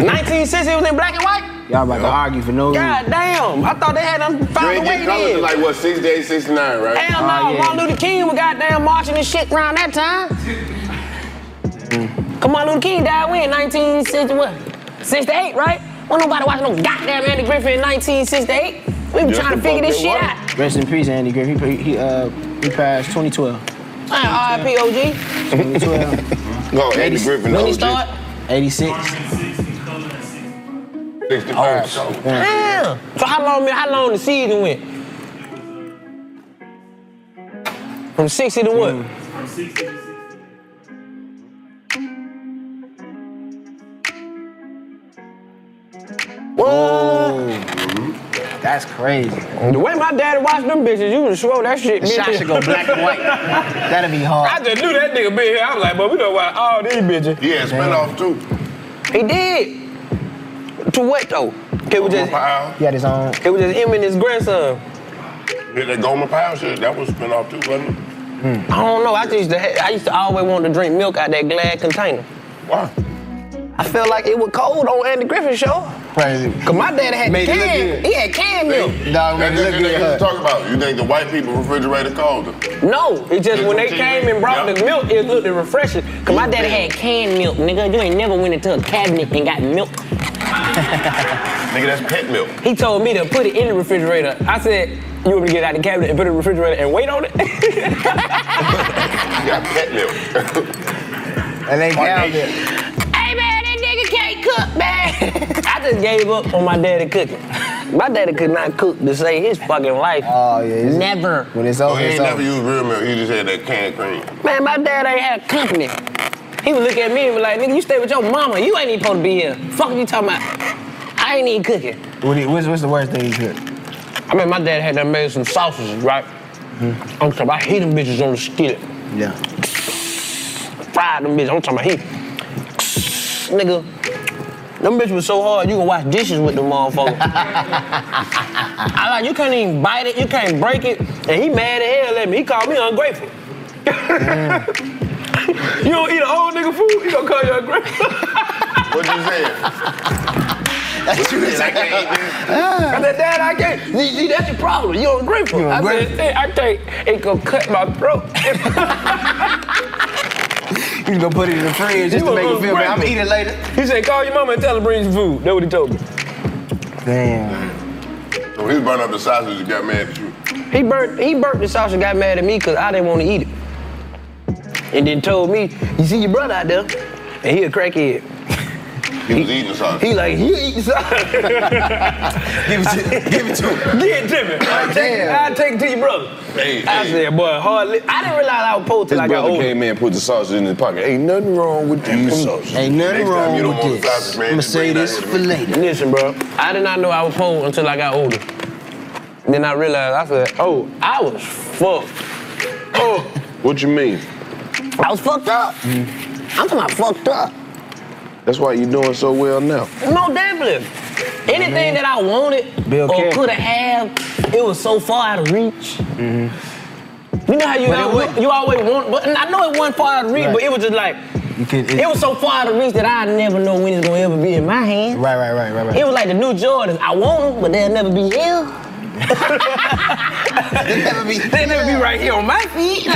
1960 it was in black and white? Y'all about to argue for no reason. God damn. I thought they had them You found a ain't way get colors then. to like what, 68, 69, right? Hell no, Oh, yeah. Martin Luther King was goddamn marching and shit around that time. Mm. Come on, Luther King died when? 1960 what? 68, right? Won't nobody watching no goddamn Andy Griffin in 1968. We been Yes, trying to the figure fuck this they shit was. out. Rest in peace, Andy Griffin. He, he, uh, he passed 2012. Man, RIP OG. 2012. No, Andy Griffin, When he OG. start? 86. 65. Oh, color. Damn. So how long? How long the season went? From sixty to what? That's crazy. The way my daddy watched them bitches, you would swear that shit. The shot should go black and white. That'd be hard. I just knew that nigga been here. I was like, but we don't watch all these bitches. Yeah, spinoff too. He did. To what though? It was just. He had his own. It was just him and his grandson. Yeah, that Gomer Pyle shit, that was spinoff too, wasn't it? I don't know. I just used to. ha- I used to always want to drink milk out that glad container. Why? I felt like it was cold on Andy Griffith's show. Crazy. Cause my dad had Made it look canned. good. He had canned milk. Dog, made it look good, huh? talk about. You think the white people refrigerator called them? No, it's just when they came and brought the milk, it looked refreshing. Cause my daddy Yeah. had canned milk, nigga. You ain't never went into a cabinet and got milk. Nigga, that's pet milk. He told me to put it in the refrigerator. I said, you want me to get it out of the cabinet and put it in the refrigerator and wait on it? You got pet milk. And they down there. Hey man, that nigga can't cook, man. I just gave up on my daddy cooking. My daddy could not cook to save his fucking life. Oh yeah. Never. When it's Oh, he ain't never used real milk. He just had that canned cream. Man, my dad ain't had company. He would look at me and be like, nigga, you stay with your mama. You ain't even supposed to be here. Fuck you talking about. I ain't even cooking. What he- what's, what's the worst thing you cooked? I mean, my dad had done made some sausages, right? I'm talking about he them bitches on the skillet. Yeah. Fried them bitches. I'm talking about he. Nigga, them bitches was so hard you can wash dishes with them motherfuckers. I like, you can't even bite it, you can't break it. And he mad as hell at me. He called me ungrateful. you don't eat a whole nigga food, he gonna call you ungrateful. what you saying? That's you said. I can't eat this. I said, Dad, I can't. See, see, that's your problem. You're ungrateful. You I ungrateful. said, hey, I can't. It gonna cut my throat. You gonna put it in the fridge just to make it feel better. I'm eating later. He said, call your mama and tell her to bring you some food. That's what he told me. Damn. So when he burned up the sausage, he got mad at you. He burnt, he burnt the sausage and got mad at me because I didn't want to eat it. And then told me, you see your brother out there, and he a crackhead. He was eating the sausage. He like, he eat the sausage. give it to give it to him. Give it to me. I'll take, it- I'll take it to your brother. Hey, I said, boy, hardly. I didn't realize I was poor His till I got brother older. came in and put the sausage in his pocket. Ain't nothing wrong with these sausages. Ain't nothing Next wrong time you don't with want this. Sausage, man, I'ma just bring say it out this here to for me. later. Listen, bro, I did not know I was poor until I got older. Then I realized, I said, oh, I was fucked. Oh. What you mean? I was fucked up. I'm talking about fucked up. Ah. That's why you doing so well now. No definitely. Mm-hmm. Anything that I wanted Bill or Cosby. could have had, it was so far out of reach. You know how you Mm-hmm. But it always, wasn't. you always want, but and I know it wasn't far out of reach, Right. but it was just like You could, it, was so far out of reach that I never know when it's gonna ever be in my hand. Right, right, right, right, right. It was like the new Jordans. I want them, but they'll never be here. they never be. They never be right here on my feet. Like,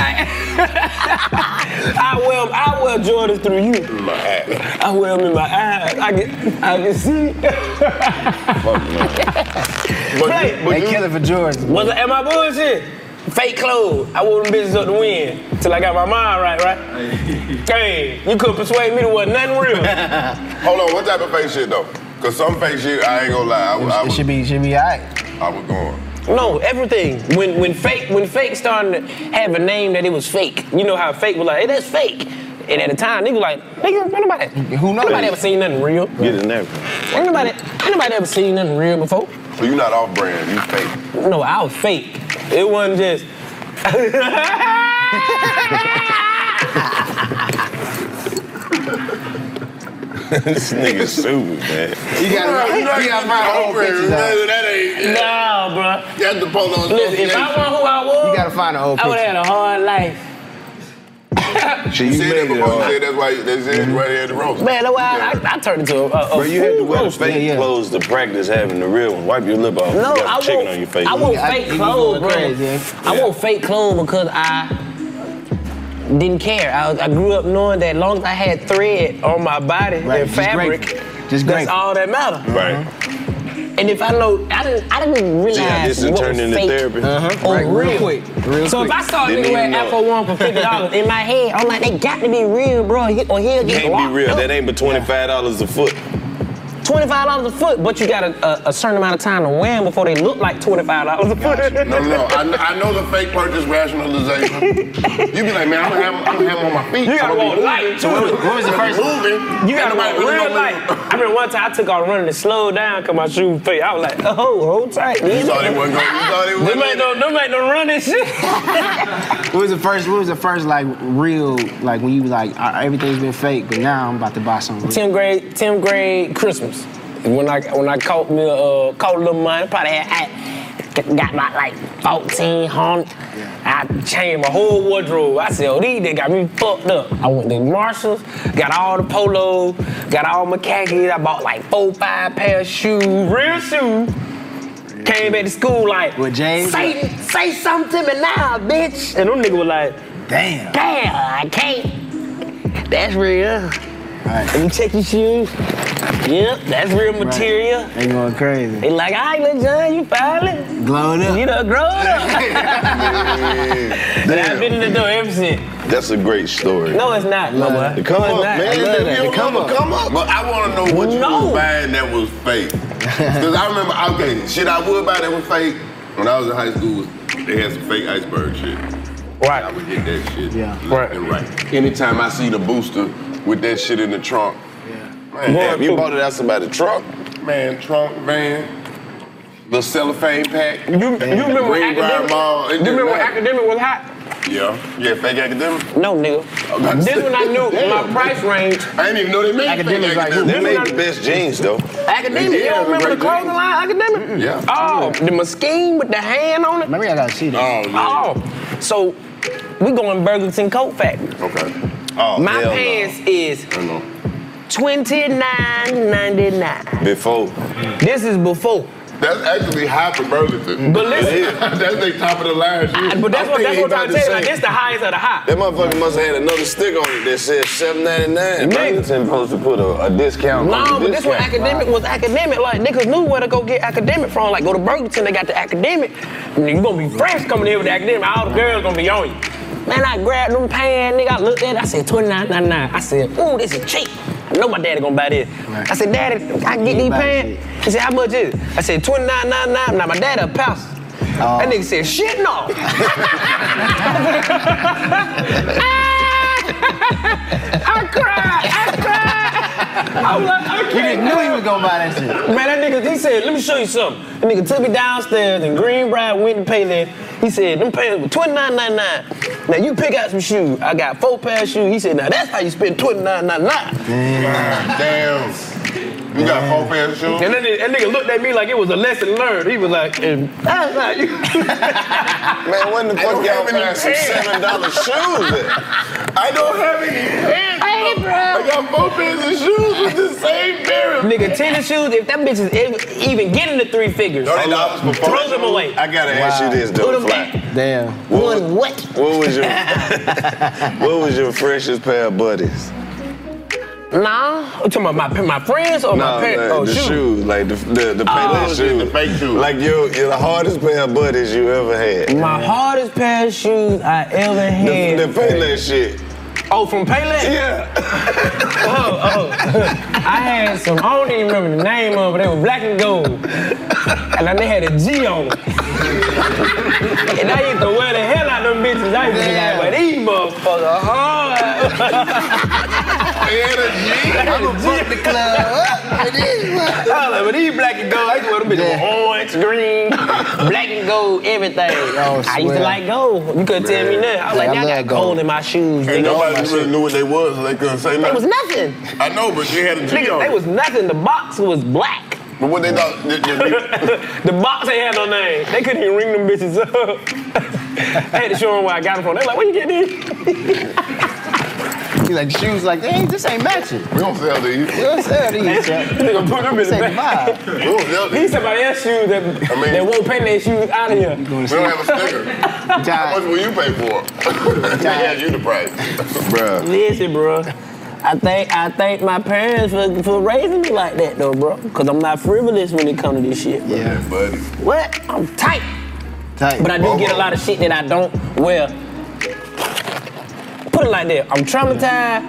I wear 'em- I wear Jordans through you. I wear them in my eyes. I can I can see. Right. they killing for Jordan. Was am I bullshit? Fake clothes. I wore them bitches up the wind till I got my mind right, right? Dang, you couldn't persuade me to wear nothing real. Hold on, what type of fake shit though? Cause some fake shit, I ain't gonna lie, I, was- I It was, should be, should be alright. I was going. No, everything. When when fake when fake started to have a name that it was fake. You know how fake was like, hey, that's fake. And at the time, they was like, nigga, ain't nobody. Who knows? Nobody ever seen nothing real. Get in there. Ain't nobody, ain't nobody ever seen nothing real before. So you not off brand, you fake. No, I was fake. It wasn't just. this nigga stupid, man. You gotta- you you gotta gotta find off old pictures, brand. dog. That ain't. Nah, bro. That's the polo. Listen, if I want who I was, You gotta find an old I would picture. have had a hard life. She you said that before. You said that's why they said right here at the roast. Man, that's why I, I, I turned into a, a, a Bro, you had to fool wear the roaster. fake clothes to practice having the real one. Wipe your lip off. No, you got I chicken want, on your face. I want fake clothes, bro. I want fake clothes because I didn't care. I, was- I grew up knowing that as long as I had thread on my body Right, and just fabric, grateful. Just that's grateful. all that matter. Right. And if I know, I didn't, I didn't realize Yeah, this is what turning was into fake therapy. or Right, real. real quick, real so if quick. I saw a Didn't nigga wear even know. Apple One for fifty dollars in my head, I'm like, they got to be real, bro. He- Or he'll get Can't locked be real. up. That ain't but twenty five dollars a foot. Twenty-five dollars a foot, but you got a, a, a certain amount of time to wear them before they look like twenty-five dollars a foot. No, no, no. I, kn- I know the fake purchase rationalization. you be like, man, I'm gonna have, I'm gonna have 'em on my feet. You gotta I'm gonna be walk moving. light. So what- what was the first- You gotta walk Nobody really real gonna light. I remember one time I took off running to slow down because my shoes fit. I was like, oh, hold tight. You thought it wasn't gonna- you thought it wasn't Them ain't no, them ain't no running shit. What was the first? What was the first like real? Like when you was like "Ah, everything's been fake, but now I'm about to buy something. Real. 10th grade, 10th grade Christmas. When I when I caught me a uh, caught a little money, probably had I, got my like 1400. I changed my whole wardrobe. I said, oh, these they got me fucked up. I went to Marshalls, got all the polos, got all my khakis. I bought like four, five pair of shoes, real shoes. Came back to school like, with James? Say, say something to me now, bitch. And them nigga was like, damn. Damn, I can't. That's real. Let me check your shoes. Yep, that's real material. They going crazy. They like, all right, little John, you finally. Glowing up. You know, grown up. and I've been in the door ever since. That's a great story. No, it's not, my boy. The come No, it's up, not. man. I love If that. you The don't come know, up. come up. But I want to know what you No. was buying that was fake. Because I remember, okay, shit I would buy that was fake when I was in high school. They had some fake iceberg shit. Right. I would get that shit. Yeah. Right. And right. Anytime I see the booster with that shit in the trunk, man, Boy, damn, you cool. bought it out somebody's trunk, man, trunk, van. The cellophane pack. You, you remember when academic- Mall, you remember when academic was hot? Yeah. Yeah, fake academic? No, nigga. This one I knew my price range. I didn't even know they made academic. Academics like who? they This made one the best jeans though. Academic, you don't remember the clothing line, academic? Yeah. Oh, the Mesquite with the hand on it. Maybe I gotta see that. Oh, so we going Burlington Coat Factory. Okay. Oh, My hell no. pants is I know. twenty nine ninety nine. Before. This is before. That's actually high for Burlington. But listen- It is. that's the top of the line. shit. But that's I'm what that's thinking what he I'm about telling to you. Like, say- this the highest of the high. That motherfucker must have had another stick on it that said 799. Burlington supposed to put a, a discount on No, the but this one discount. academic was academic. Like niggas knew where to go get academic from. Like go to Burlington, they got the academic. Nigga, you gonna be fresh coming in with the academic. All the girls gonna be on you. Man, I grabbed them pants, nigga. I looked at it. I said twenty nine ninety nine. I said, ooh, this is cheap. I know my daddy gonna buy this. I said, Daddy, I can get these pants. He said, How much is it? I said twenty nine ninety nine. Now my daddy a pastor. That nigga said, shit no. Ah! I cried. I cried. I was like, okay. You knew he was gonna buy that shit. Man, that nigga, he said, let me show you something. That nigga took me downstairs and Greenbrier went to pay that. He said, them pants were $29.99. Now you pick out some shoes. I got four pair of shoes. He said, now that's how you spend $29.99. Damn. You got four pairs of shoes? And then that nigga looked at me like it was a lesson learned. He was like, and that's not you. Man, when the fuck y'all find some seven dollar shoes? at? I don't have any pants. Hey, bro. I got four pairs of shoes with the same pair. Nigga, tennis shoes, if that bitch is ev- even getting the three figures, Thirty dollars for four throw them away. I gotta ask you this, Put though, them Fly. Damn. What, was- what? What was your What was your freshest pair of buddies? Nah, you talking about my, my friends or Nah, my parents? like oh, the shoes. shoes, like the the, the paper shoes, the fake shoes. Like your your the hardest pair of buddies you ever had. My hardest pair of shoes I ever had. The, the Payless shit. Oh, from Payless? Yeah. oh, oh. I had some, I don't even remember the name of it, they were black and gold. And then they had a G on them. and I used to wear the hell out of them bitches. I used to be like, well, these motherfuckers hard. I'm gonna fuck the club I was like, but these black and gold, I used to wear them bitches with orange, green, black and gold, everything. I used to Oh, swear. like gold. You couldn't tell me nothing. I was like, Yeah, I y'all got love gold. gold. in my shoes. And nigga. nobody really knew what they was, so they couldn't say It was nothing. nothing. I know, but you had a G Nigga, on. they was nothing. The box was black. But what they thought? the box ain't had no name. They couldn't even ring them bitches up. I had to show them where I got them from. They like, where you get these? He like shoes like, hey, this ain't matching. We don't sell these. We don't sell these. Nigga put them in the back. We don't sell these. He's somebody else's shoes that, that won't paint their shoes out of here. We We don't have a sticker. How much will you pay for it? they had you the price. Bruh. Listen, bro. I think I thank my parents for, for raising me like that though, bro. Cause I'm not frivolous when it comes to this shit. Bro. Yeah, buddy. What? I'm tight. But I do get a lot of shit that I don't wear. Put it like that. I'm traumatized,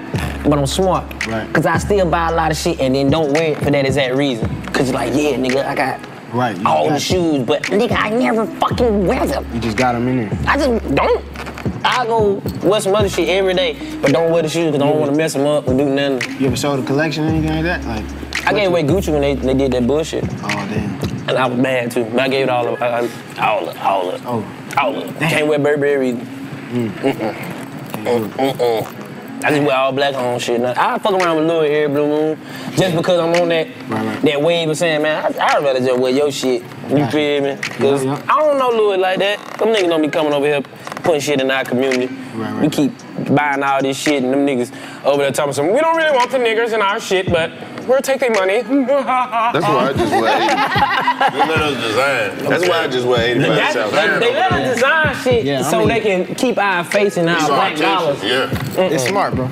but I'm smart. Right. Cause I still buy a lot of shit and then don't wear it for that exact reason. Cause you're like, yeah, nigga, I got Right. you all got- the shoes, but nigga, I never fucking wear them. You just got them in there. I just don't. I go wear some other shit every day, but don't wear the shoes because I don't want to mess them up or do nothing. You ever sold a collection or anything like that? Like, I gave away Gucci when they, they did that bullshit. Oh damn. And I was mad too. But I gave it all up. I, I, all up. All up. Oh. All up. Can't wear Burberry. either. Mm-hmm. Mm-mm. Mm-mm. I just wear all black on shit. Now, I fuck around with Louis every blue moon just because I'm on that that wave of saying, man, I, I'd rather just wear your shit You feel me? Because I don't know Louis like that. Them niggas don't be coming over here putting shit in our community. We keep buying all this shit, and them niggas over there talking some. We don't really want the niggers in our shit, but we'll take their money. That's That's why I just let 80. They let us design. That's why I just let 85 That's- South. they, they let us design shit Yeah, I so mean- they can keep our face and our It's our black attention, dollars. yeah. It's smart, bro.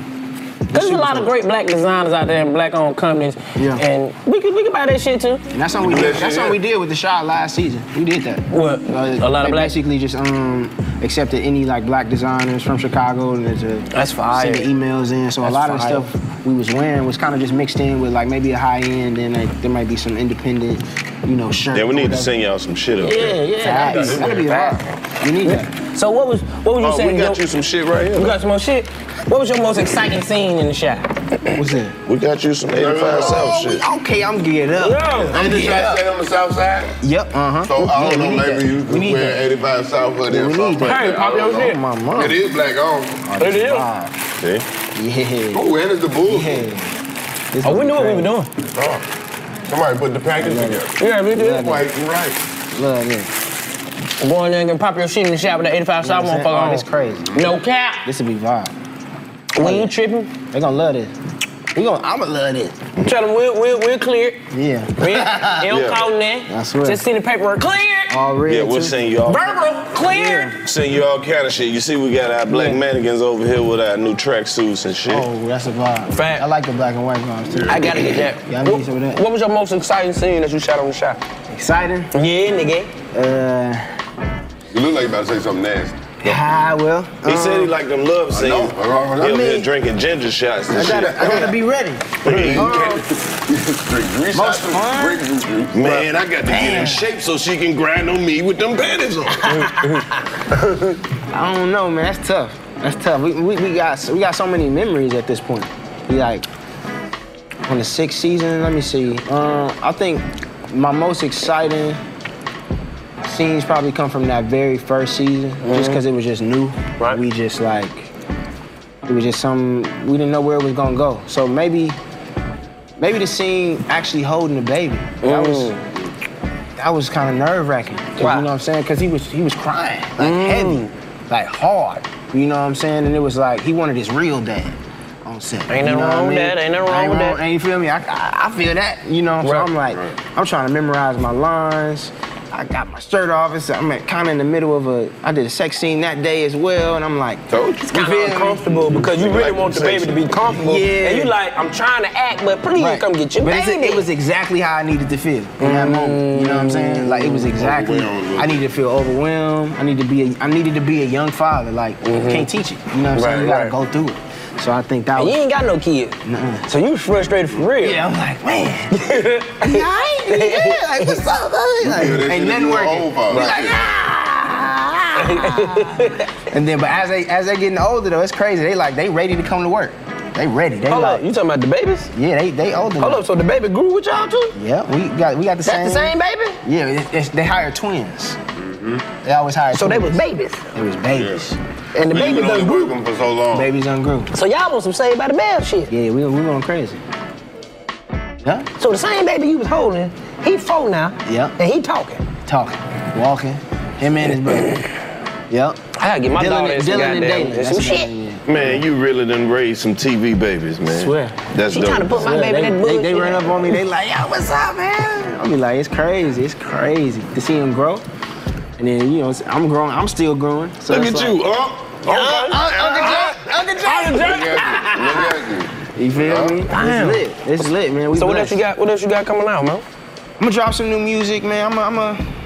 There's a lot of great black designers out there and black owned companies. Yeah. And we can, we can buy that shit too. And that's what we did. That's what we did with the shot last season. We did that. What? a lot of black. Basically, just um, accepted any like black designers from Chicago and to that's fire. send the emails in. So a That's lot of the fire. stuff we was wearing was kind of just mixed in with like maybe a high end, and like, there might be some independent, you know, shirt. Yeah, we or need to whatever. sing y'all some shit up. Yeah, yeah, that'd be- that'd be hard. You need that. So what was what was you Oh, saying? we got your- you some shit right here. We got some more shit. What was your most exciting scene in the shot? What's that? We got you some 85 South shit. Okay, I'm geared up. I'm just trying to say on the South Side. Yep, uh huh. So I don't know, maybe you could wear 85 South for them. Hey, pop your shit. My mom. It is black on. It is. See? Yeah. Oh, and it's the bull. Oh. Oh, we knew what we were doing. Somebody put the package together. Yeah, we did. Like, you're right. Love Go in there and pop your shit in the shop with the 85 South Understand? motherfucker Oh, on. that's crazy. No cap. This will be vibe. When you tripping, they gonna love this. We gonna, I'ma love this. Tell them we're, we're, we're clear. Yeah. We it don't Yeah. call that. I swear. Just send the paperwork cleared. Yeah, we'll send y'all. Verbal cleared. Send you all kind of shit. You see, we got our black mannequins over here with our new tracksuits and shit. Oh, that's a vibe. Fact. I like the black and white vibes too. I gotta get that. Yeah, I need some of that. What was your most exciting scene that you shot on the shot? Exciting? Yeah, nigga. Uh, You look like you about to say something nasty. ah, well. He um, said he liked them love scenes. know. He I over here mean- drinking ginger shots and um, I gotta, I shit. gotta be ready. Um, Most fun? Man, I got to get in shape so she can grind on me with them panties on. I don't know, man. That's tough. That's tough. We, we, we got we got so many memories at this point. We like on the sixth season. Let me see. Uh, I think my most exciting scenes probably come from that very first season, just Mm-hmm. Mhm. because it was just new. Right. We just like it was just some we didn't know where it was gonna go. So maybe maybe the scene actually holding the baby. That was Mm. that was kind of nerve wracking. You know what I'm saying? Because he was he was crying like Mm. heavy, like hard. You know what I'm saying? And it was like he wanted his real dad on set. Ain't You nothing know what wrong I with mean? that, ain't nothing wrong Ain't with that. Ain't you feel me? I, I, I feel that. You know, so I'm like, I'm trying to memorize my lines. I got my shirt off. It's, I'm kind of in the middle of a. I did a sex scene that day as well, and I'm like, it's you kinda feel me? uncomfortable because you really want the baby to be comfortable, Yeah. and you like, I'm trying to act, but please Right. come get your but it's- e- baby. it was exactly how I needed to feel in that moment. You know what I'm saying? Like it was exactly. I needed to feel overwhelmed. I needed to be. A, I needed to be a young father. Like you can't teach it. You know what I'm saying? You gotta Mm-hmm. Right, go through it. So I think that And was. you ain't got no kid, so you frustrated for real. Yeah, I'm like, man. right? Yeah, like what's up? man? Like, ain't nothing working. We like, "Ah." and then, but as they as they getting older though, it's crazy. They like they ready to come to work. They ready. They Hold like. up, you talking about the babies? Yeah, they they older. Hold up, so the baby grew with y'all too? Yeah, we got we got the That's the same. same baby? Yeah, it, it's, they hire twins. Mm-hmm. They always hire. So they twins. was babies. It was babies. And the But you baby can only done work them for so long. Babies ungrew. So y'all want some saved by the bell shit. hmm. Yeah, we we going crazy. Yeah. So the same baby you was holding, he four now, Yep. and he talking. Talking, walking, him and his brother. yep. I gotta get my Dylan- daughter in some Dylan and goddamn- Dalen, some that's shit. Man, you really done raised some TV babies, man. Swear. That's She dope. tryna put my Yeah, baby in they- that they- they bullshit. ran up on me, they like, "Yo, what's up, man? I be like, it's crazy, it's crazy to see him grow. And then you know, I'm growing, I'm still growing. So Look it's at like- you, huh? Uh, Uncle Jack, Uncle Jack. You feel me? Damn. It's lit. It's lit, man. We So what else blessed. you got? What else you got coming out, man? I'm gonna drop some new music, man. I'm gonna, I'm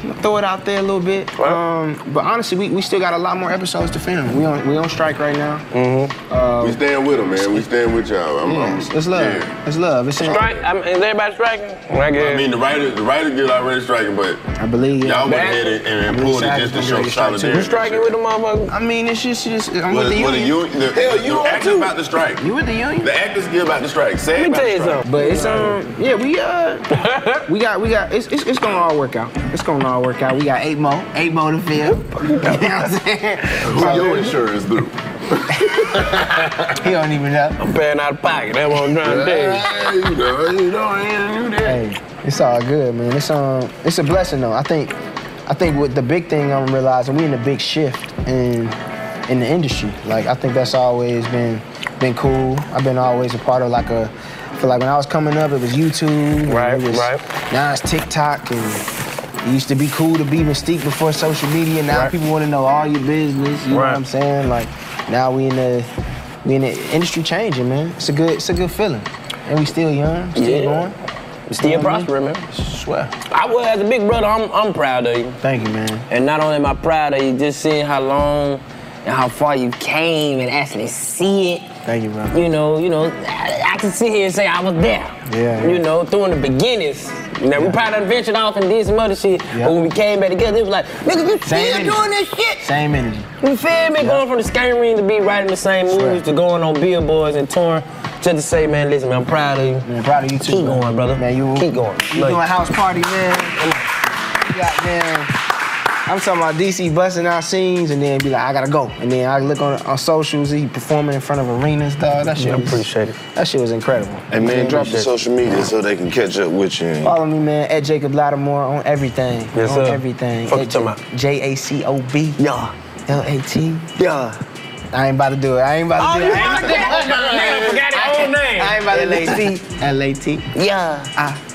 gonna throw it out there a little bit. Um, but honestly, we, we still got a lot more episodes to film. We on we on strike right now. Mm-hmm. Uh, We stand with them, man. We stand with y'all. I'm, yeah, I'm- it's, it's love. yeah. It's love. It's in- Strike? I mean, is everybody striking? I guess. I mean, the writers, the writers did already striking, but I believe y'all went ahead and, and pulled it just to show You solidarity. striking with the motherfucker? I mean, it's just, it's just I'm Well, with the well, the union. union- the- the actors about to strike. You with the union? The actors get about to strike. Say about to strike. But it's um, yeah, we uh, we got we got it's, it's it's gonna all work out. It's gonna all work out. We got eight more, eight more to fill. You know what I'm saying? Who your insurance through? He don't even know. I'm paying out of pocket. That's what I'm trying to tell you. Hey, you know, you know, you knew that. Hey, It's all good, man. It's um, it's a blessing though. I think, I think what the big thing I'm realizing we in a big shift in in the industry. Like I think that's always been been cool. I've been always a part of like a, I feel like when I was coming up, it was YouTube. Right, it was, right. Now it's TikTok and. It used to be cool to be Mystique before social media. Now people want to know all your business. You know what I'm saying? Like now we in the we in the industry changing, man. It's a good it's a good feeling, and we still young, still Yeah. going. We still prospering, man. Swear. I will, as a big brother, I'm, I'm proud of you. Thank you, man. And not only am I proud of you, just seeing how long and how far you came and actually see it. Thank you, bro. You know, you know, I, I can sit here and say I was there. Yeah. You You know, through in the beginnings. Now, we probably done ventured off and did some other shit, but when we came back together, it was like, nigga, you still Same energy. doing this shit? Same energy. You feel me? Going from the skating ring to be writing the same movies to going on billboards and touring. Just to say, man, listen, man, I'm proud of you. Man, proud of you too. Keep going, brother. Man, you keep going. You doing house party, man. You got man. I'm talking about DC busting out scenes and then be like, I gotta go. And then I look on, on socials, he performing in front of arenas, dog. That shit Man, I was, appreciate it. That shit was incredible. Hey man, drop your Appreciate it. social media so they can catch up with you. and- Follow me, man, at Jacob Lattimore on everything. Yes, on sir. everything. Fuck you At talking about? J A C O B. Yeah. L A T. Yeah. I ain't about to do it. I ain't about to do it. I ain't about to- I ain't about to lay T. L A T. Yeah.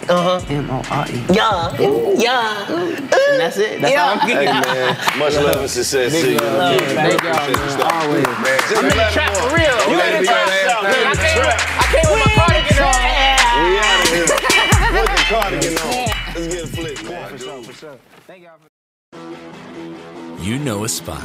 Uh huh. M O R E. Yeah. Yeah. And that's it. That's all I'm Hey getting. man, much love and success to you. love, Yeah, man. Thank bro, appreciate you, y'all, man. man. Man, just I'm in the let trap it for walk. real. Don't You let in it the be trap, last y'all. time. I We in the trap. came with my cardigan on. We out of here. Put the cardigan on. Let's get a flick, man. You know a spot,